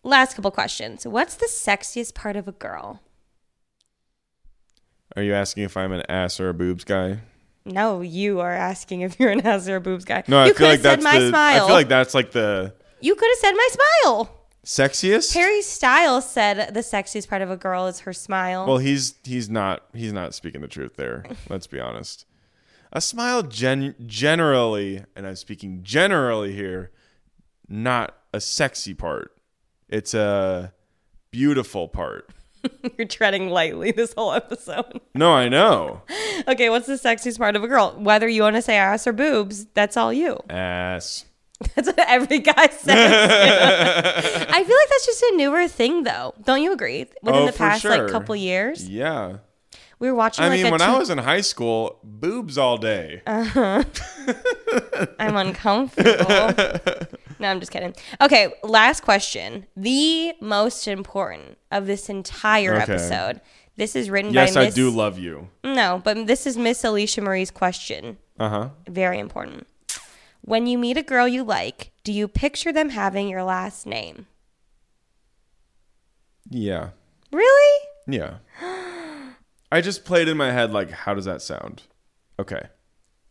[SPEAKER 2] last couple questions. What's the sexiest part of a girl?
[SPEAKER 3] Are you asking if I'm an ass or a boobs guy?
[SPEAKER 2] No, you are asking if you're an ass or a boobs guy.
[SPEAKER 3] No,
[SPEAKER 2] you
[SPEAKER 3] I feel like
[SPEAKER 2] could've
[SPEAKER 3] that's
[SPEAKER 2] said my
[SPEAKER 3] the.
[SPEAKER 2] smile.
[SPEAKER 3] I feel like that's like the
[SPEAKER 2] you could have said my smile.
[SPEAKER 3] sexiest.
[SPEAKER 2] Harry Styles said the sexiest part of a girl is her smile.
[SPEAKER 3] well, he's he's not he's not speaking the truth there. Let's be honest. A smile gen- generally, and I'm speaking generally here, not a sexy part. It's a beautiful part.
[SPEAKER 2] You're treading lightly this whole episode.
[SPEAKER 3] No, I know.
[SPEAKER 2] Okay, what's the sexiest part of a girl? Whether you want to say ass or boobs, that's all you.
[SPEAKER 3] Ass.
[SPEAKER 2] That's what every guy says. I feel like that's just a newer thing, though. Don't you agree? Within
[SPEAKER 3] Oh,
[SPEAKER 2] the
[SPEAKER 3] for
[SPEAKER 2] past like
[SPEAKER 3] sure.
[SPEAKER 2] couple years,
[SPEAKER 3] Yeah.
[SPEAKER 2] we were watching.
[SPEAKER 3] I
[SPEAKER 2] like
[SPEAKER 3] mean,
[SPEAKER 2] a
[SPEAKER 3] when I
[SPEAKER 2] two-
[SPEAKER 3] was in high school, boobs all day.
[SPEAKER 2] Uh-huh. I'm uncomfortable. No, I'm just kidding. Okay, last question. The most important of this entire
[SPEAKER 3] Okay.
[SPEAKER 2] episode. This is written
[SPEAKER 3] yes,
[SPEAKER 2] by
[SPEAKER 3] I
[SPEAKER 2] Miss
[SPEAKER 3] do love you.
[SPEAKER 2] No, but this is Miss Alicia Marie's question.
[SPEAKER 3] Uh huh.
[SPEAKER 2] Very important. When you meet a girl you like, do you picture them having your last name?
[SPEAKER 3] Yeah.
[SPEAKER 2] Really?
[SPEAKER 3] Yeah. I just played in my head like, how does that sound? Okay.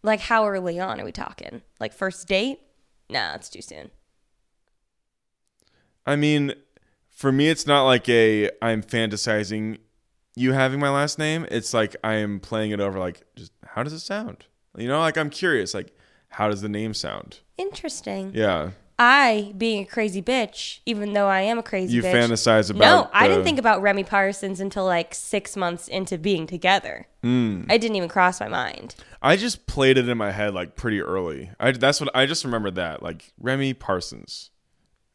[SPEAKER 2] Like how early on are we talking? Like first date? Nah, it's too soon.
[SPEAKER 3] I mean, for me, it's not like a I'm fantasizing you having my last name. It's like I am playing it over like, just how does it sound? You know, like I'm curious, like how does the name sound?
[SPEAKER 2] Interesting.
[SPEAKER 3] Yeah.
[SPEAKER 2] I, being a crazy bitch, even though I am a crazy
[SPEAKER 3] You
[SPEAKER 2] bitch.
[SPEAKER 3] fantasize
[SPEAKER 2] No,
[SPEAKER 3] about
[SPEAKER 2] I didn't
[SPEAKER 3] the-
[SPEAKER 2] think about Remy Parsons until like six months into being together.
[SPEAKER 3] Mm.
[SPEAKER 2] It didn't even cross my mind.
[SPEAKER 3] I just played it in my head like pretty early. I that's what I just remembered that like Remy Parsons.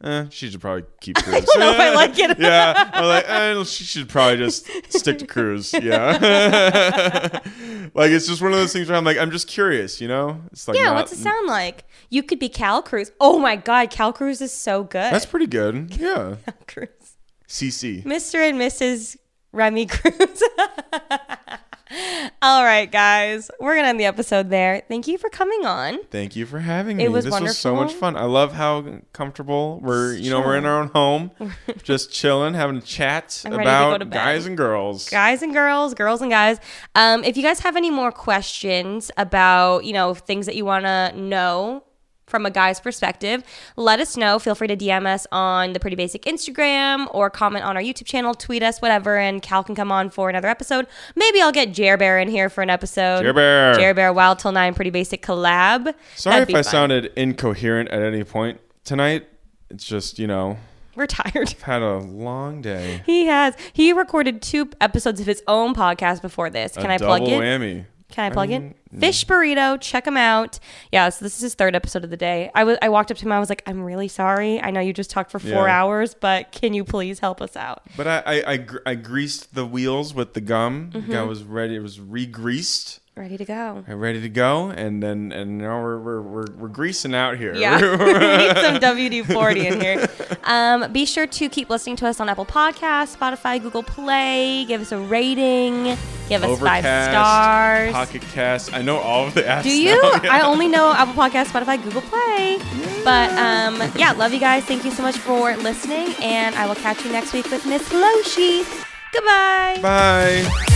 [SPEAKER 3] Eh, she should probably keep Cruz. I
[SPEAKER 2] don't know if I like it.
[SPEAKER 3] yeah, I'm like eh, she should probably just stick to Cruz. Yeah, like it's just one of those things where I'm like I'm just curious, you know? It's like
[SPEAKER 2] yeah,
[SPEAKER 3] not-
[SPEAKER 2] what's it sound like? You could be Cal Cruz. Oh my God, Cal Cruz is so good.
[SPEAKER 3] That's pretty good. Yeah,
[SPEAKER 2] Cruz.
[SPEAKER 3] CC.
[SPEAKER 2] Mr. and Mrs. Remy Cruz. All right, guys, we're gonna end the episode there. Thank you for coming on.
[SPEAKER 3] Thank you for having me.
[SPEAKER 2] It was
[SPEAKER 3] this was so much
[SPEAKER 2] wonderful.
[SPEAKER 3] fun. I love how comfortable we're, you know, we're in our own home, just chilling, having a chat
[SPEAKER 2] I'm ready to go to
[SPEAKER 3] about
[SPEAKER 2] bed.
[SPEAKER 3] guys and girls.
[SPEAKER 2] guys and girls girls and guys um, if you guys have any more questions about you know things that you want to know from a guy's perspective let us know feel free to dm us on the pretty basic instagram or comment on our youtube channel tweet us whatever and cal can come on for another episode maybe i'll get jer bear in here for an episode
[SPEAKER 3] Jer Bear.
[SPEAKER 2] jer bear wild till nine pretty basic collab
[SPEAKER 3] Sorry
[SPEAKER 2] That'd
[SPEAKER 3] if I
[SPEAKER 2] be fun.
[SPEAKER 3] sounded incoherent at any point tonight. It's just, you know,
[SPEAKER 2] we're tired
[SPEAKER 3] I've had a long day.
[SPEAKER 2] he has he recorded two episodes of his own podcast before this can
[SPEAKER 3] I
[SPEAKER 2] I plug
[SPEAKER 3] double
[SPEAKER 2] it
[SPEAKER 3] whammy.
[SPEAKER 2] Can I plug
[SPEAKER 3] mean,
[SPEAKER 2] in? Fish burrito, check him out. Yeah, so this is his third episode of the day. I wa- I walked up to him. I was like, I'm really sorry. I know you just talked for four
[SPEAKER 3] Yeah.
[SPEAKER 2] hours, but can you please help us out?
[SPEAKER 3] But I, I, I, gr- I greased the wheels with the gum.
[SPEAKER 2] Mhm.
[SPEAKER 3] I was ready. It was re-greased.
[SPEAKER 2] Ready to go.
[SPEAKER 3] and ready to go, and then and now we're we're we're, we're greasing out here.
[SPEAKER 2] Yeah, we need some WD 40 in here. Um, be sure to keep listening to us on Apple Podcasts, Spotify, Google Play. Give us a rating. Give us five stars.
[SPEAKER 3] Pocket Cast. I know all of the apps.
[SPEAKER 2] Do you?
[SPEAKER 3] now, Oh, yeah.
[SPEAKER 2] I only know Apple Podcasts, Spotify, Google Play. But um, yeah, love you guys. Thank you so much for listening, and I will catch you next week with Miss Loshi. Goodbye.
[SPEAKER 3] Bye.